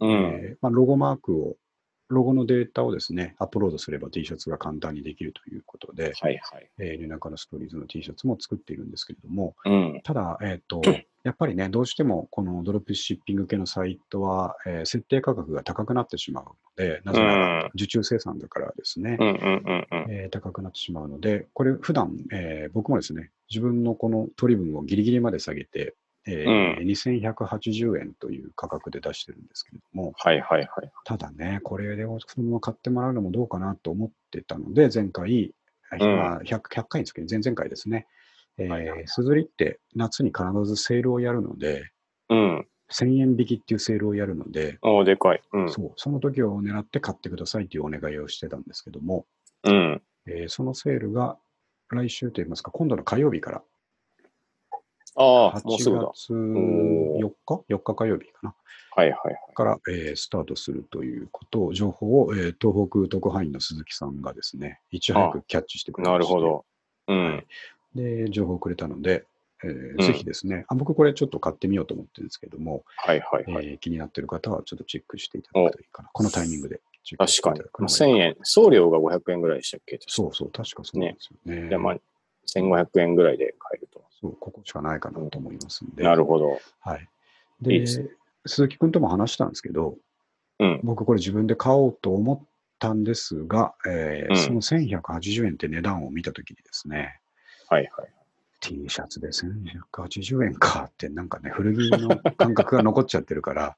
うん。えーまあ、ロゴマークを、ロゴのデータをですね、アップロードすれば T シャツが簡単にできるということで、はい、はい。えー、ニューナカのストーリーズの T シャツも作っているんですけれども、うん。ただ、えっ、とうん、やっぱりね、どうしてもこのドロップシッピング系のサイトは、えー設定価格が高くなってしまうので、なうぜならん。受注生産だからですね、うん、うん、うん、うん。えー高くなってしまうので、これ、普段、えー僕もですね、自分のこの取り分をギリギリまで下げて、えー2180円という価格で出してるんですけれども、はい、はい、はい。ただね、これをそのまま買ってもらうのもどうかなと思ってたので、前回、あうんまあ 100, 100回ですけど、前々回ですね、えはいはいはーいすずりって夏に必ずセールをやるので、うん。 1000円引きっていうセールをやるので、おーでかい。うん。そうその時を狙って買ってくださいっていうお願いをしてたんですけども、うん。えーそのセールが来週といいますか、今度の火曜日から、ああ、 8もうすぐだ。月4日 ?4 日火曜日かな。はいはいはい。から、えースタートするということを、情報を、えー東北特派員の鈴木さんがですね、いち早くキャッチしてくれまなるしてほど。うはいん。で、情報をくれたので、えーうんぜひですねあ、僕これちょっと買ってみようと思ってるんですけども、はいはいはい。えー気になってる方はちょっとチェックしていただくといいかな。このタイミングでチェックし確ていかただ。にくまのあがいい1000円。送料が500円ぐらいでしたっけそうそう、確かそうなんですよね。じゃあまあ、1500円ぐらいで買えると。そうここしかないかなと思いますんで。なるほど。はい。で、いいです鈴木君とも話したんですけど、うん僕これ自分で買おうと思ったんですが、えーうんその1180円って値段を見たときにですね、はいはい。 T シャツで1180円かって、なんかね、古着の感覚が残っちゃってる から、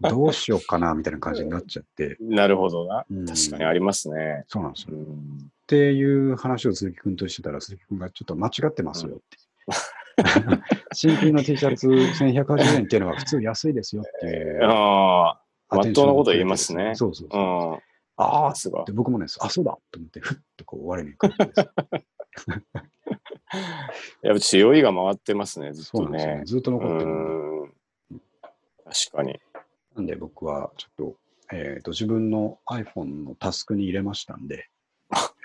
どうしようかなみたいな感じになっちゃって、なるほどなうん。確かにありますね。そうなんですよ。っうん。ていう話を鈴木君としてたら、鈴木君がちょっと間違ってますよ って。新品の T シャツ1180円っていうのは普通安いですよって いう。ああ、アまテっンシとョンうなをことくれ言ていますね。そうそううそう。ん。ああああ、、すごいで。僕もね、あ、そうだと思って、ふっとこう我に返ってです やっぱちょっと酔いが回ってますね、ずっそうなとんですよね。ね。ずっとう残ってるんで。ん。確かに。なんで僕はちょっと、えっ、と、自分の iPhone のタスクに入れましたん で、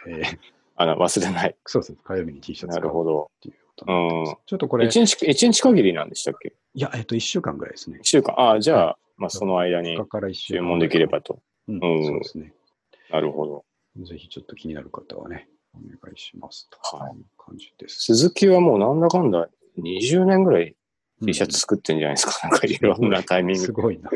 えー、あの、忘れない。そうそう、火曜日に T シャツな買るおうっほど。ていうことになってますうんちょっとこれ、い一日、一日限りなんでしたっけや、えっ、と、1週間ぐらいですね一。週間。ああ、じゃあ、まあ、その間に2日から1週間。注文できれ。ばと。うん、うんそうですね。なるほど。ぜひちょっと気になる方はね、お願いしますとはいいう感じです。鈴木はもうなんだかんだ20年ぐらい T シャうんツ作ってんじゃないですか。 なんかいろんなタイミンすグ。ごいな。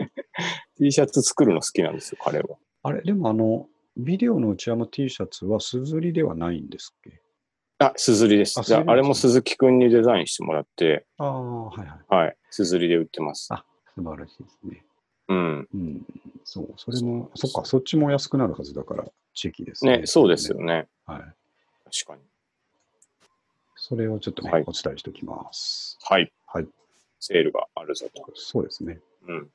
T シャツ作るの好きなんですよ、彼は。あれ、でもあの、ビデオの内山 T シャツはすずりではないんですっけあ、鈴木です。あじゃ鈴木なんですあ、ねあれも鈴木くんにデザインしてもらって、ああ、はいはい。はい、鈴木で売ってますあ。素晴らしいですね。うん。うん。そう、それも、そっか、そっちも安くなるはずだから、地域ですね。ね、そうですよね。はい。確かに。それをちょっとね、はいお伝えしておきます。はい。はい。セールがあるぞと。そうですね。うん。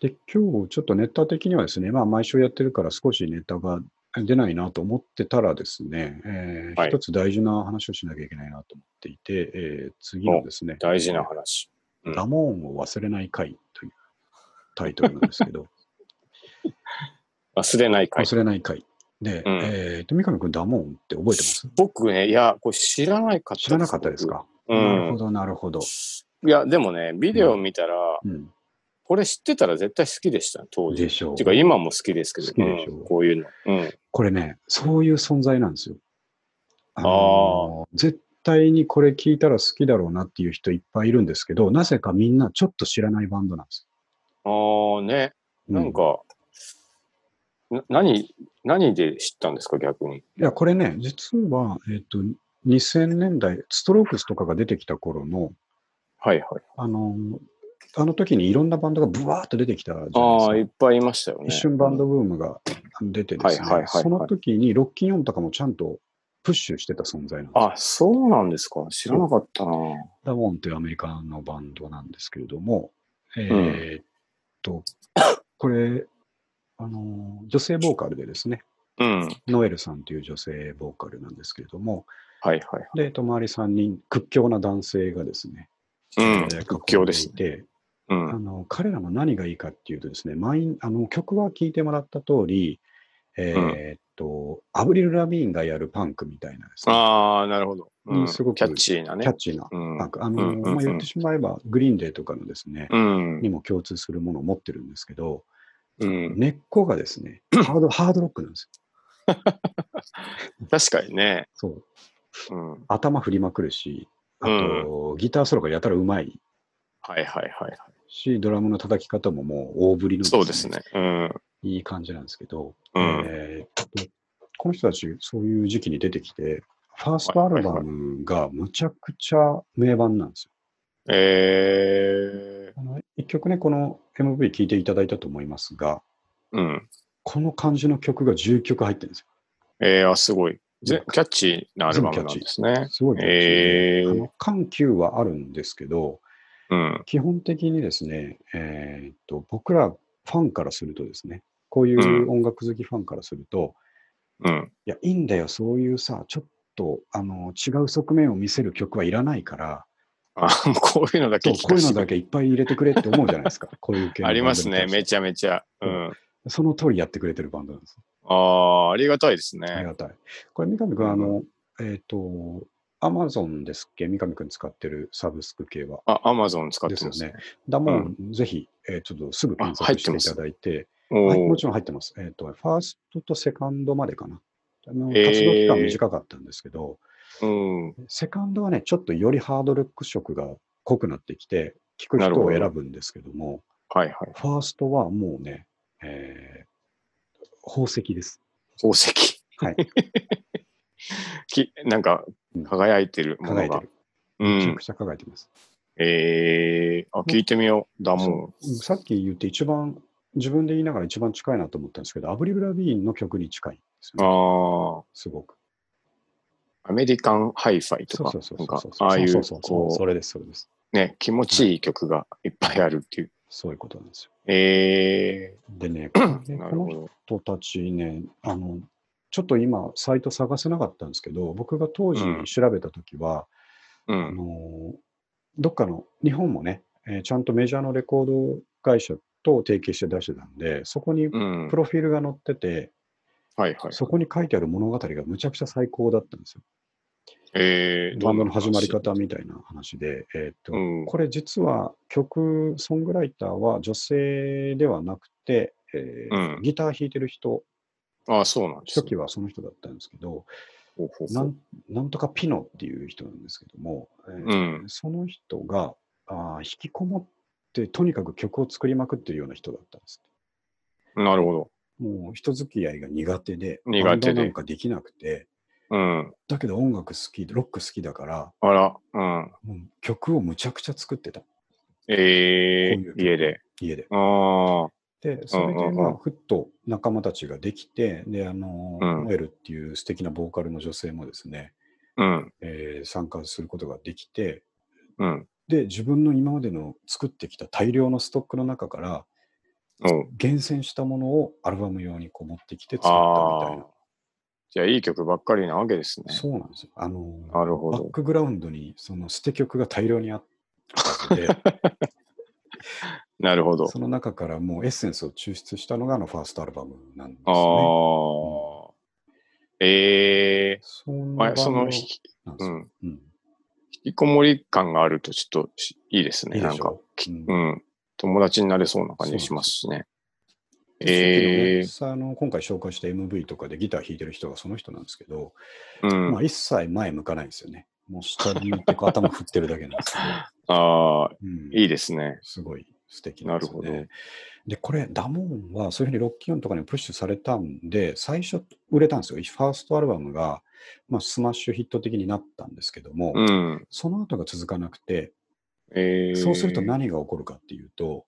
で、今日ちょっとネタ的にはですね、まあ、毎週やってるから少しネタが出ないなと思ってたらですね、えーはい一つ大事な話をしなきゃいけないなと思っていて、えー次のですね、大事な話。うんラモーンを忘れない会というタイトルなんですけ ど、忘れない会。忘れない会。で、うんえーと、三上君、ダモーンって覚えてます僕ね、いや、これ知らないかった知らなかったですか、僕なるうほん。ど、なるほど。いや、でもね、ビデオ見たら、うん。これ知ってたら絶対好きでした、当時。でしょうてか、今も好きですけど、好きでしょううんこういうの。うん。これね、そういう存在なんですよ。あの絶対にこれ聞いたら好きだろうなっていう人いっぱいいるんですけど、なぜかみんなちょっと知らないバンドなんですああね、よ。うなんか、な何、何で知ったんですか、逆に。いや、これね、実は、えっ、と、2000年代、ストロークスとかが出てきた頃の、はいはい。あのあの時にいろんなバンドがブワーッと出てきたじゃないですか。ああ、いっぱいいましたよね。一瞬バンドブームが出てですねはいはいはいは、いその時にロッキンオンとかもちゃんとプッシュしてた存在なんですよ。あ、そうなんですか。知らなかったな。ダウォンっていうアメリカのバンドなんですけれども、えーっと、これ、あの、女性ボーカルでですね、うん。はいノエルさんという女性ボーカルなんですけれども、はい。で、周り3人、屈強な男性がですね、うん。えー屈強です囲ん。でいて、うあん。の彼らの何がいいかっていうとですね、マインあの曲は聴いてもらった通り、えーっと、アブリル・ラビーンがやるパンクみたいなですね、ああ、なるほど。うんすごくキャッチーなキャねッ。チーなうんパン。ク。あの、うんうんうんまあ、言ってしまえば、グリーンデーとかのですね、うんに。も共通するものを持ってるんですけど、うん。根っこがです ね、ハードハードロックなんですよ。確かにね。そううん。はい頭振りまくるし、あと、ギターソロがやたらうまいはいはいはい。し、ドラムの叩き方ももう大振りの、そうですね。うん。いい感じなんですけど、うんえーっとこの人たち、そういう時期に出てきて、ファーストアルバムがむちゃくちゃ名盤なんですよ。えー。あの一曲ね、この MV 聴いていただいたと思いますが、うん。この感じの曲が10曲入ってるんですよ。えー、あ、すごい。ぜキャッチーなアルバムなんですね。すごいキャッチえーあーの緩急はあるんですけど、うん。基本的にですね、えーっと僕らファンからするとですね、こういんう音楽好きファンからすると、うん。いや、いいんだよ、そういうさ、ちょっとあの違う側面を見せる曲はいらないから、あ、もうこういうのだそけうこう聞かいうせのてだけいっぱい入れてくれって思うじゃない ですか、こういう系のありますバね。ンドにめ対してちゃめちゃ。うん。その通りやってくれてるバンドなんです。ああ、ありがたいですありね。がたい。これ、三上君、あの、えっ、と、アマゾンですっけ三上君使ってるサブスク系は。あ、アマゾン使っでてすよますねね。。だもん、ぜひ、えーちょっとすぐ検あ入索っしてていますただいて、はいおもお。ちろん入ってます。えっ、と、ファーストとセカンドまでかな。あのえー活動期間短かったんですけど、うん。セカンドはね、ちょっとよりハードル色が濃くなってきて、聞くなる人ほをど選ぶんですけども、はいはい。ファーストはもうね、えー宝石です。宝石。はい。 きなんか、輝いてるも輝のいてが。る。うめちゃんく。ちゃ輝いてます。ええあ、聞いてみよう。ダモそうさっき言って一番、自分で言いながら一番近いなと思ったんですけど、アブリル・ラビーンの曲に近いんですン。よね、ああ。すごく。アメリカンハイファイとそうかそうそう、なそうんかそう、そう。ああいそうう、そうそうそこれです、それです。う、ね、気持ちいい曲がいっぱいあるっていう。そういうことなんですよ。えで ね、えでこなるのほど。人たちね、あの、ちょっと今、サイト探せなかったんですけど、僕が当時うん調べたときは、うあん。の、どっかの、日本もね、えーちゃんとメジャーのレコード会社と提携して出してたんで、そこにうんプ。ロフィールが載ってて、はいはい。そこに書いてある物語がむちゃくちゃ最高だったんですよ。ええバンドの始まり。方みたいな話で、えーっとうんこれ実は曲、ソングライターは女性ではなくて、えーうんギター弾いてる人、ああ、そうなんです初ね期はその人だったんですけど、ほうほうほなうんなんとかピノっていう人なんですけども、えーうん。その人があー引きこもって、とにかく曲を作りまくってるような人だったんです。なるほど。もう人付き合いが苦手で、苦手でバンドなんかできなくて、うん。だけど音楽好き、ロック好きだから、あら、うん。もう曲をむちゃくちゃ作ってた、ええこういう曲家で。家で。ああ。で、それで、うんまあ、ふっと仲間たちができて、で、あの、うんノエルっていう素敵なボーカルの女性もですね、うん。えー参加することができて、うん。で、自分の今までの作ってきた大量のストックの中から、おう厳選したものをアルバム用にこう持ってきて作ったみたいあなあ。。じゃあ、いい曲ばっかりなわけですね。そうなんですよ。あの、なるほバどッ。クグラウンドにその捨て曲が大量にあったの で、なるほど。その中からもうエッセンスを抽出したのがあのファーストアルバムなんですああね。ー。ええそんなまあ、そバンドなんのでひす、よう。ん。うん引きこもり感があると、ちょっとしいいですね。いいなでんしかょ、う。うんうん。友達になれそうな感じしますしね。でええさっきのねさあの今回紹介した MV とかでギター弾いてる人がその人なんですけど、うんまあ、。一切前向かないんですよね。もう下に向ってこう頭振ってるだけなんですけああ、ど、うんいいですね。すごい素敵なんですよなるね。で、これ、ダモンはそういうふうにロッキーオンとかにプッシュされたんで、最初売れたんですよ。ファーストアルバムが、まあ、スマッシュヒット的になったんですけども、うん。その後が続かなくて、ええそうすると何が起こるかっていうと、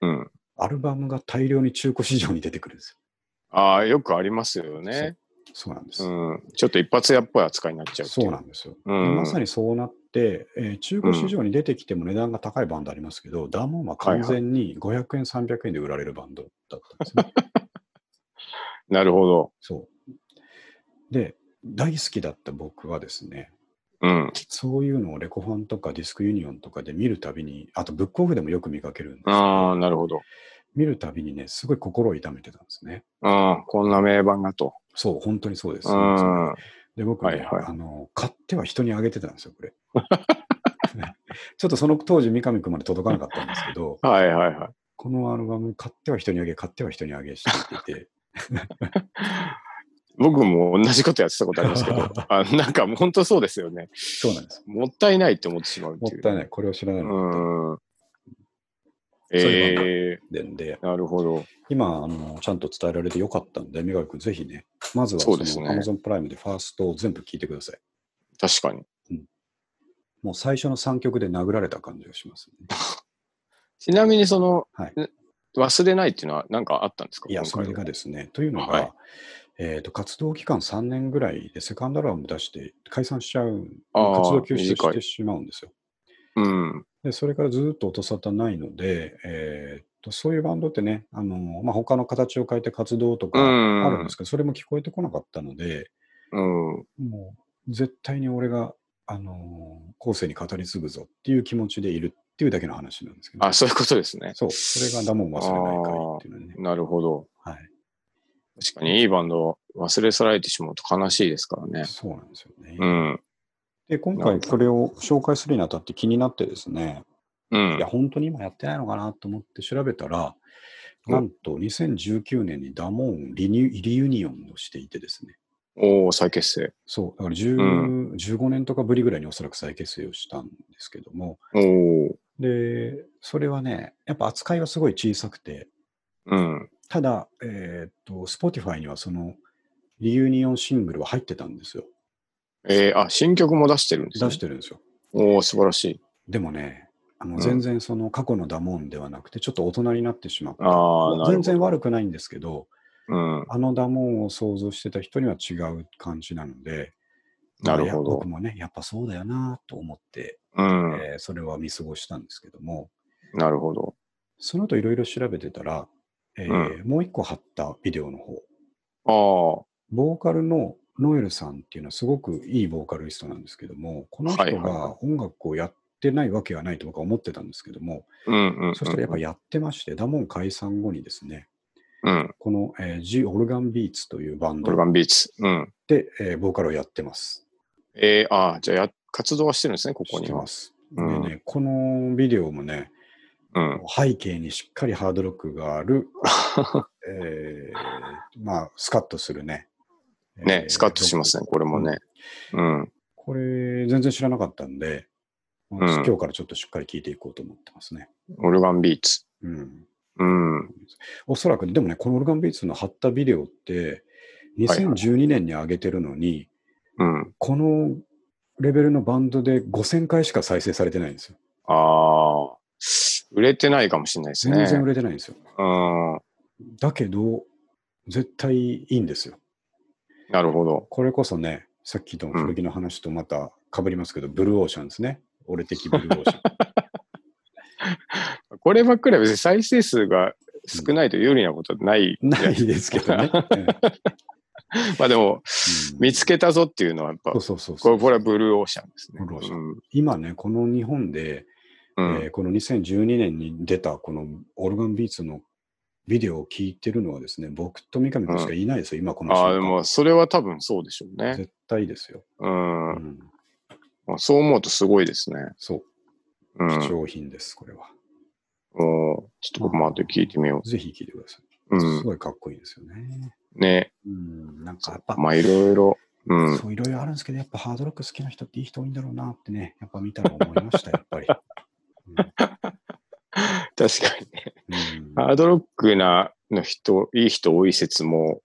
うん。アルバムが大量に中古市場に出てくるんですよ。ああ、よくありますよね。そうなんです。うん。ちょっと一発屋っぽい扱いになっちゃうっていそうう。なんですよ。うんまさにそうなって、えー中古市場に出てきても値段が高いバンドありますけど、ダーモンは完全に500円、300円で売られるバンドだったんですね。なるほど。そう。で、大好きだった僕はですね、うん。そういうのをレコファンとかディスクユニオンとかで見るたびに、あとブックオフでもよく見かけるんですけあど、あ、なるほど。見るたびにね、すごい心を痛めてたんですね。ああ、こんな名盤がと。そう、本当にそうです。うそうですん。で、僕ね、はいはいあの、買っては人にあげてたんですよ、これ。 ちょっとその当時、三上君まで届かなかったんですけど、はいはいはい。このアルバム、買っては人にあげ、買っては人にあげしてい て、僕も同じことやってたことあります けど、あなんかもう本当そうですよね。そうなんです。もったいないって思ってしまうってもいう。ったいない、これを知らないのうん。そういうもんだええでんで、ー、なるほど。今あの、ちゃんと伝えられてよかったんで、三上君、ぜひね、まずはそそうですのね Amazon プライムでファーストを全部聴いてください。確かに。もう最初の3曲で殴られた感じがします、ね。ちなみにその、はい忘れないっていうのは何かあったんですかいや、そ今れ回がは。ですね、というのが、はいえーと、活動期間3年ぐらいでセカンドアルバム出して解散しちゃう、あー活動休止短いしてしまうんですよ。うん。で、それからずっと音沙汰ないので、えーとそういうバンドってね、あのまあ、他の形を変えて活動とかうんあるんですけど、それも聞こえてこなかったので、うん。もう絶対に俺が、あの後世に語り継ぐぞっていう気持ちでいるっていうだけの話なんですけど、あ、そういうことですね。そう、それがダモン忘れない会っていうのはね、なるほど。はい、確かに、いいバンドを忘れ去られてしまうと悲しいですからね。そうなんですよね。うん。で、今な回るほどこれを紹介するにあたって気になってですね、ういや、ん。本当に今やってないのかなと思って調べたら、うんなんと2019年にダモンリニュリユニオンをしていてですね、おお再結成。そう、だから10う15年とかぶりぐらいにおそらく再結成をしたんですけども、おおで、それはね、やっぱ扱いはすごい小さくて、うん。ただ、えーっと、Spotify にはそのリユニオンシングルは入ってたんですよ。えー、あ、新曲も出してるんですね。出してるんですよ。おお素晴らしい。でもね、あのん全然その過去のダモンではなくて、ちょっと大人になってしまった。ああ、なる全ほど。然悪くないんですけど、うん。あのダモンを想像してた人には違う感じなので、なるまほあやど僕。もね、やっぱそうだよなと思って、うん。えーそれは見過ごしたんですけども、なるほど。その後いろいろ調べてたら、えーもう一個貼ったビデオの方、あボーカルのノエルさんっていうのはすごくいいボーカリストなんですけども、この人はいはいはが音楽をやってないわけはないと僕は思ってたんですけども、あ、うんうん、うん。そしたらやっぱやってまして、ダモン解散後にですね、うん。この、えー、G オルガンビーツというバンオドルガンビーチ。うん。で、えーボーカルをやってます。えー、ああ、じゃあや、活動はしてるんですね、ここしにてはま。す。うんでね、このビデオもね、うん。背景にしっかりハードロックがあ る、えーまあ、スカッとするね。ねえ、ースカッとしますね、これもね。うん。これ、全然知らなかったんで、ん今日からちょっとしっかり聞いていこうと思ってますね。オルガンビーツ。うん。うん。おそらくね、でもね、このオルガンビーツの貼ったビデオって、はいはい2012年に上げてるのに、うん。このレベルのバンドで5000回しか再生されてないんですよ。ああ。売れてないかもしれないですね。全然売れてないんですよ。うん。だけど、絶対いいんですよ。なるほど。これこそね、さっきの古着の話とまた被りますけど、ブルーオーシャンですね。俺的ブルーオーシャン。こればっかりは別に再生数が少ないと有利なことは ない。ないですけどね。うん まあでも、見つけたぞっていうのはやっぱそ、うそうそうこそれう。これはブルーオーシャンですね。ブルーオーシャ今ね、この日本で、うん。うんえーこの2012年に出たこのオルガンビーツのビデオを聞いてるのはですね、僕と三上君しかいないですよ、今このああ、で瞬も、それは多分そうでしょう間。ね。絶対ですよ。うんう。ん、まあそう思うとすごいですね。そうう、ん。貴重品です、これは。もうちょっと僕も後で聞いてみよぜひ聞いてください。う。うすん。ごいかっこいいですよね。ね。うん、なんかやっぱ、まあ、いろいろ。うん。そういろいろあるんですけど、やっぱハードロック好きな人っていい人多いんだろうなってね、やっぱ見たら思いました、やっぱり。確かにね。 うん、ハードロックなの人、いい人多い説も、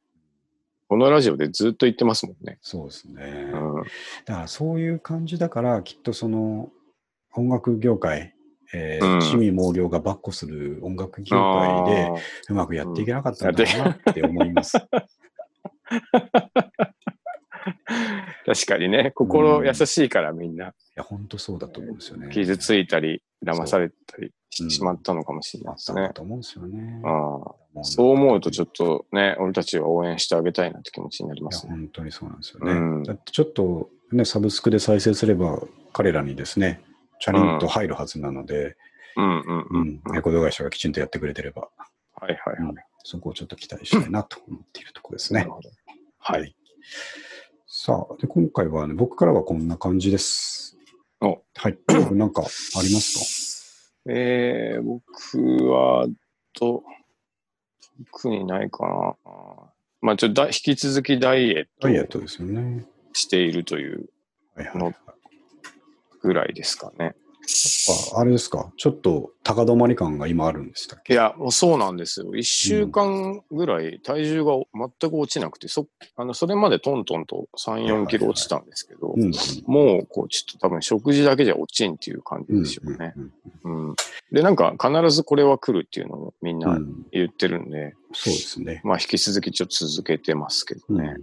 このラジオでずっと言ってますもんね。そうですね。うん。だからそういう感じだから、きっとその音楽業界、えうんー、市民盲業がばっこする音楽業あ界でーうまくやっていけなかったんだろうなって思います。確かにね、心優しいからみんないや、本当そうだと思うんですよね。傷ついたり、騙されたりしうんてしまったのかもしれあないったですんだね。と思うんですよね。ああもそう思うとちょっっとね、俺たちを応援してあげたいなって気持ちになりまいや、すね。本当にそうなんですよね。うんだってちょっと、ね、サブスクで再生すれば、彼らにですね、チャリンと入るはずなので、うんうんううんん。、レコード会社がきちんとやってくれてれば、はいはいはい。うんそこをちょっと期待したいなと思っているところですなねる。ほど。はい。さあ、で今回は、ね、僕からはこんな感じです。おはい。 なんかありますえー、僕は、と、特にないかな。まあ、ちょっとだ引き続きダイエッかダイエットトですよね。をしているというはいはい。やのっぐらいですかね。ぱあれですか、ちょっと高止まり感が今あるんでしたっいけや、もうそうなんですよ。一週間ぐらい体重が全く落ちなくて、そ、あの、それまでトントンと3、4キロ落ちたんですけど、うんうん。もう、こう、ちょっと多分食事だけじゃ落ちんっていう感じうんでしょうね。うん。で、なんか必ずこれは来るっていうのをみんうんうなん言ってるんで、そうですね。まあ、引き続きちょっと続けてますけどね。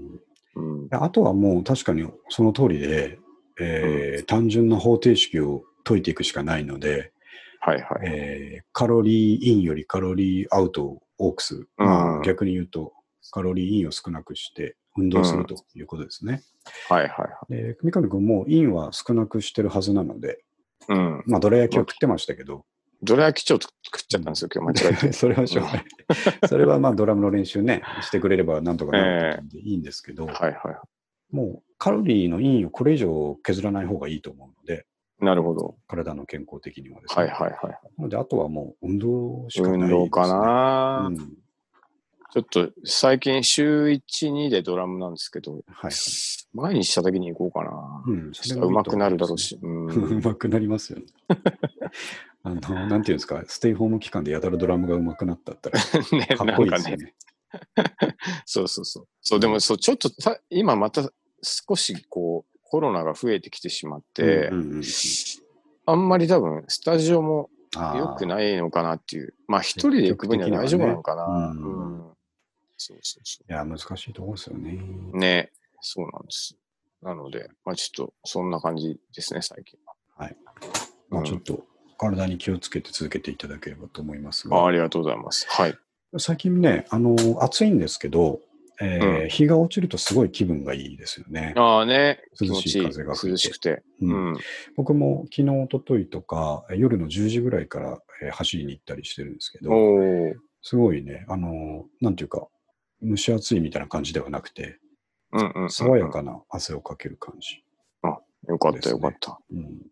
うん。うんあとはもう確かにその通りで、えー単純な方程式を解いていくしかないので、はいはい。えーカロリーインよりカロリーアウトを多くする。まあ逆に言うと、カロリーインを少なくして運動するということですね。はいはいはい。で、三上君もインは少なくしてるはずなので、うん。まあ、どら焼きは食ってましたけど、。ドラ焼きちょっと食っちゃったんですよ、今日間違えて それはしょうがない。それはまあドラムの練習ね、してくれればなんとかなるんでいいんですけど、はいはい。もうカロリーのインをこれ以上削らない方がいいと思うので、なるほど。体の健康的にもですね。はいはいはい。なので、あとはもう運動しかないです、ね。運動かな、うん。ちょっと最近週1、2でドラムなんですけど、はい。前にした時に行こうかな。うん、それもいいと思いますねうまくなるだろう。し。ううんんまくなりますよね。あの、なんていうんですか、ステイホーム期間でやたらドラムがうまくなった ったら、かね、っなこんいいかですよね、ね。そうそうそう。そう、でもそう、ちょっとさ今また少しこう、コロナが増えてきてしまって、うんうんうんあんまり多分、スタジオもあー良くないのかなっていう。まあ、一人で行く分には大丈夫なのかな。積極的にはうねうんん。そうそうそいや、難しいところですよね。う。ね、そうなんです。なので、まあちょっと、そんな感じですね、最近は。はい。うんまあ、ちょっと体に気をつけて続けていただければと思いますあが、ありがとうございます。はい。最近ね、あの、暑いんですけど、えーうん日が落ちるとすごい気分がいいですよね。ああね、気涼持しいちいい。風が吹いて涼しくて。ううんん。僕も昨日、一昨日とか、夜の10時ぐらいから、えー走りに行ったりしてるんですけど、おーすごいね、あのーなんていうか、蒸し暑いみたいな感じではなくて、うんうんうん。爽やかな汗をかける感じ。よかっですた、ねよかった。うん。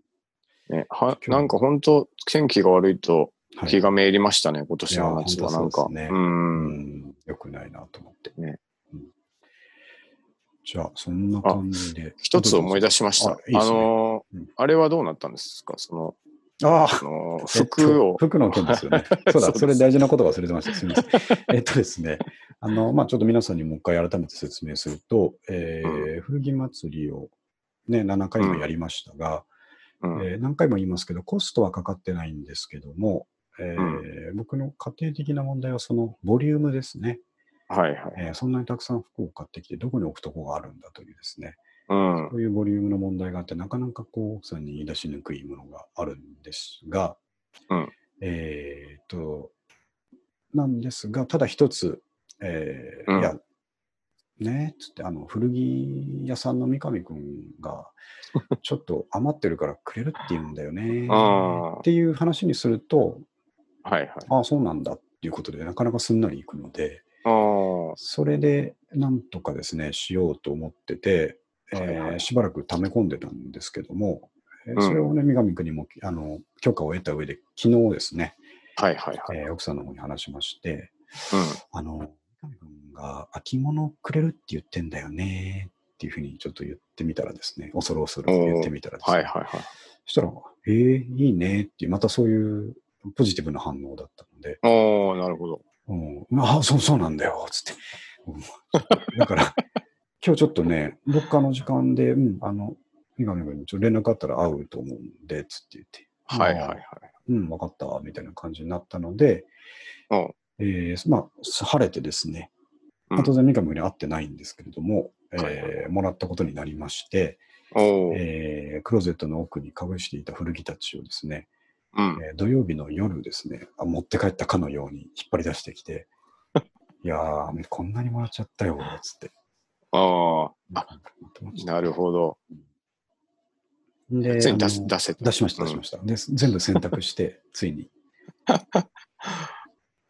ね、は今日なんか本当、天気が悪いとはい気がめいりましたね、今年のい夏やはなん本か。当そうですねううん。ん、よくないなと思って。ねうんじゃあ、そんな感じで。一つ思い出しましあた。あいいですねのーうんあれはどうなったんですかその、ああのーあ、 服を。服の件ですよ ね。そうそうだ、ですそれ大事なこと忘れてました。すみません。 えっとですね、あの、まあ、ちょっと皆さんにもう一回改めて説明すると、えー古着祭りをね、7回もやりましたが、うんえー何回も言いますけど、コストはかかってないんですけども、えー僕の家庭的な問題はそのボリュームですね、はいはい。えーそんなにたくさん服を買ってきて、どこに置くとこがあるんだというですね、うん。そういうボリュームの問題があって、なかなかこう奥さんに言い出しにくいものがあるんですが、うんえーっと、なんですが、ただ一つ、えーうんいや、ねつって、あの、古着屋さんの三上くん が、ちょっと余ってるからくれるって言うんだよね。あーっていう話にすると、はいはい。ああ、そうなんだっていうことで、なかなかすんなりいくので、あーそれでなんとかですね、しようと思ってて、えーはいはいしばらく溜め込んでたんですけども、えーうんそれをね、三上君にもあの許可を得た上で、昨日ですね、はいはいはい。えー奥さんの方に話しまして、うん。あの、三上君が秋物くれるって言ってんだよねっていうふうにちょっと言ってみたらですね、恐る恐る言ってみたらですね、はいはいはい。そしたら、えー、いいねっていう、またそういうポジティブな反応だったので、おーなるほど。うん、あ、そう、そうなんだよ、つって。うんだから、今日ちょっとね、どっかの時間で、うん、あの、三上君にちょっと連絡あったら会うと思うんで、つって言って、はいはいはい。うん、わかった、みたいな感じになったので、うんえーまあ、晴れてですね、うんまあ当然三上君に会ってないんですけれども、はいはいえーもらったことになりまして、おーえークローゼットの奥に隠していた古着たちをですね、うん。えー土曜日の夜ですねあ、持って帰ったかのように引っ張り出してき て、いやー、こんなにもらっちゃったよ、つって。ああ。あ、なるほど。で全あに出すの出せた出しました、出しました。で全部洗濯 して、ついに。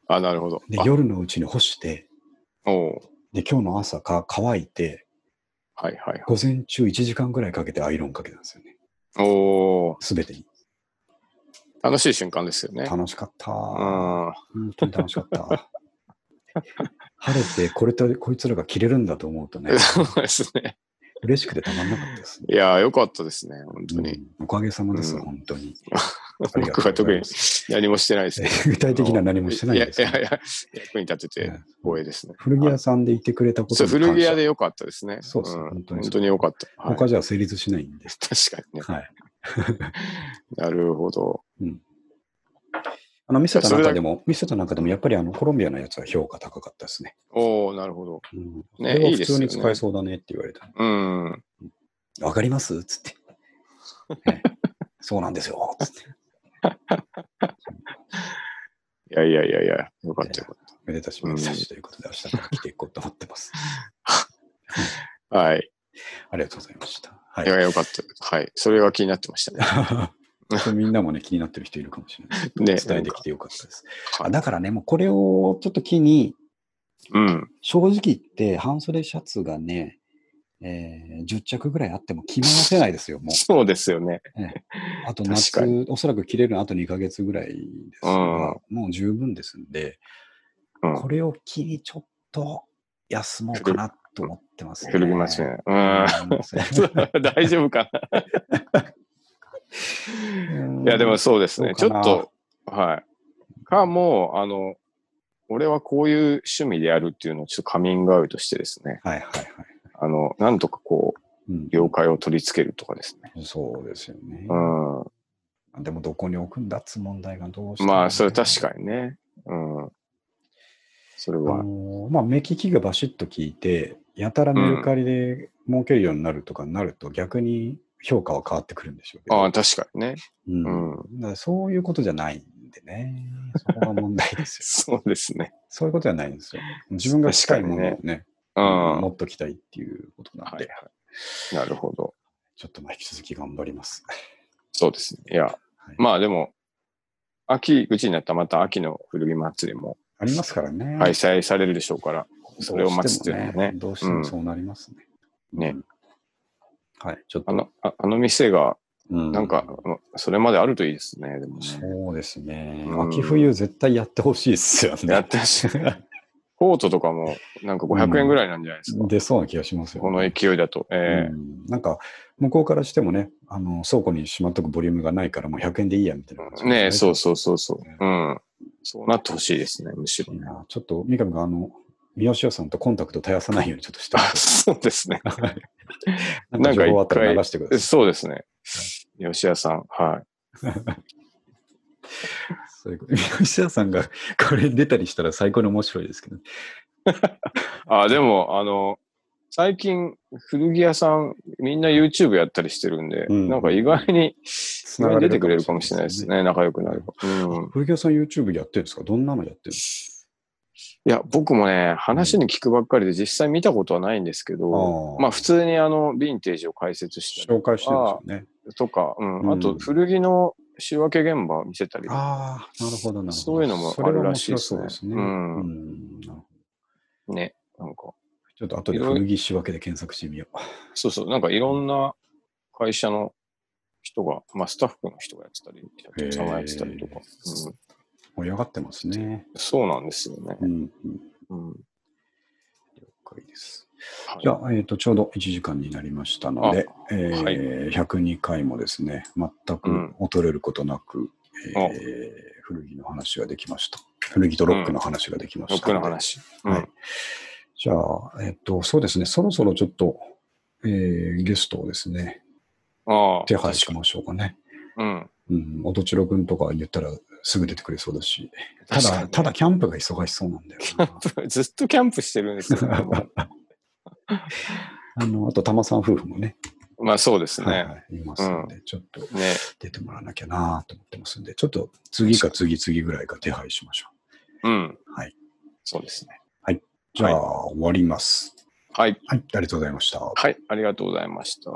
あ、なるほど。であ夜のうちに干して、おーで今日の朝か乾いて、はいはいはい。午前中1時間ぐらいかけてアイロンかけたんですよね。おーすべてに。楽しい瞬間ですよね。楽しかった。うん。、本当に楽しかった。晴れてこれと、こいつらが着れるんだと思うとねそうですね。嬉しくてたまんなかったですね。いやー、よかったですね、本当に。うんおかげさまです、うん本当に。ありがとうご僕はざ特いにます何もしてないですけど。 具体的には何もしてないんですけいどやいやいや、役に立ててね光栄ですね。古着屋さんでいてくれたことそう、に感謝古着屋でよかったですね。そうそうう本ん本当にそう当によかった。はい他じゃ成立しないんです。確かにね。はい。なるほど。うんあの見せた中でも、見せた中でもやっぱりあのコロンビアのやつは評価高かったですね。おおなるほど。うん、ねこれはいい普で通すよねに使えそうだねって言われ た。うん。わ、かりますつって。ねそうなんですよ。つって。いやいやいやいや、よかったよかっめでたしめ でたしということで、明日から来ていこうと思ってます。た。はい。ありがとうございました。はいや、よかった。はい。それが気になってましたね。い。これみんなもね、気になってる人いるかもしれ ない。ね 伝えてきてよかったです。はあいだからね、もうこれをちょっと機に、うん。正直言って、半袖シャツがね、えー10着ぐらいあっても着回せないですよ、もう。そうですよね。あと 確か夏、おそらく着れるのあと2ヶ月ぐらいですが、うんもう十分ですんで、うんこれを機にちょっと休もうかなと思ってますね。古着ますね。う。うんん。そ 大丈夫かな。う いや、でもそうですね。ちそうかなょっと、はい。か、もう、あの、俺はこういう趣味でやるっていうのをちょっとカミングアウトしてですね。はいはいはい。あの、なんとかこう、うん了解を取り付けるとかですね。そうですよねう。ん。でもどこに置くんだっつう問題がどうしてもねまあ、それ確かにね。うん。それあは。のまあ、目利きがバシッと聞いて、やたらメルカリで儲けるようになるとかになると、逆に評価は変わってくるんでしょうけど。ああ、確かにね。うんうん。だからそういうことじゃないんでね。そこが問題ですよ。 そうです ね。そういうことじゃないんですよ。自分が近いものをね、うん。持はっときたいっていうことなんで、い。なるほど。ちょっとまあ引き続き頑張ります。そうですね。いや、はいまあでも、秋口になったらまた秋の古着祭りもありますからね。開催されるでしょうから、それを待つってどいううしのはてもねね。どうしてもそうなりますね。うんねうんはい、ちょっあと。の、ああの店が、うなんか、あのそれまであるといいですね。でもねそうですね。うん秋冬絶対やってほしいですよやっね。 てほしい。コートとかも、なんか500円ぐらいなんじゃないですか。出そうな気がしますよ、この勢いだと。ええうんなんか、向こうからしてもね、あの倉庫にしまっとくボリュームがないから、もう100円でいいやみたいな感じねえ、そうすそうそうそう。うん。そうなってほしいですね、むしろ いい。なちょっと、三上君、あの、三好屋さんとコンタクト絶やさないようにちょっとしてあ、そうですね。なんか なんか一回情報あったら流してください。そうですね。吉谷さん、はい。そういうこと三好屋さんが これに出たりしたら最高に面白いですけど、あ、でも、あの、最近、古着屋さん、みんな YouTube やったりしてるんで、うんなんか意外に、ながれるかもしれない出てくれるかもしれないですね。仲良くなれば。うん。古着屋さん YouTube やってるんですかどんなのやってるんですいや、僕もね、話に聞くばっかりで実際見たことはないんですけかど、まあ普通にあの、ヴィンテージを解説したり紹介してるんですよね。とか、ううんん、あと古着の仕分け現場を見せたり、ああ、なるほど、なるほど。そういうのもそあれはる面らし白いですそうねですね。うんうんなるほどね、なんか、ちょっと後で古着仕分けで検索してみよう。そうそう、なんかいろんな会社の人が、まあスタッフの人がやってたり、社長さんがやってたりとか、へーうん、盛り上がってますね。そうなんですよね。うん、うん。うんは了解です。いじゃあ、えー、とちょうど1時間になりましたので、えーはい102回もですね、全く衰えることなく、えー古着の話ができました。古着とロックの話ができまロしッたのクで、の話。うんはい。じゃあ、えっ、と、そうですね、そろそろちょっと、えーゲストをですね、ああ、手配しましょうかね。うん。うん、おとちろくんとか言ったらすぐ出てくれそうだし、た確かだ、にただキャンプが忙しそうなんだよな。 ずっとキャンプしてるんですよ、 ね。あの、あと、玉さん夫婦もね、まあそうですね。はいはい、いますので、ちょっとね、出てもらわなきゃなと思ってますんで、ちょっと次か次々ぐらいか手配しましょう。うん。はい。そうですね。じゃあ、は終わります。はい。はい、ありがとうございました。はい。ありがとうございました。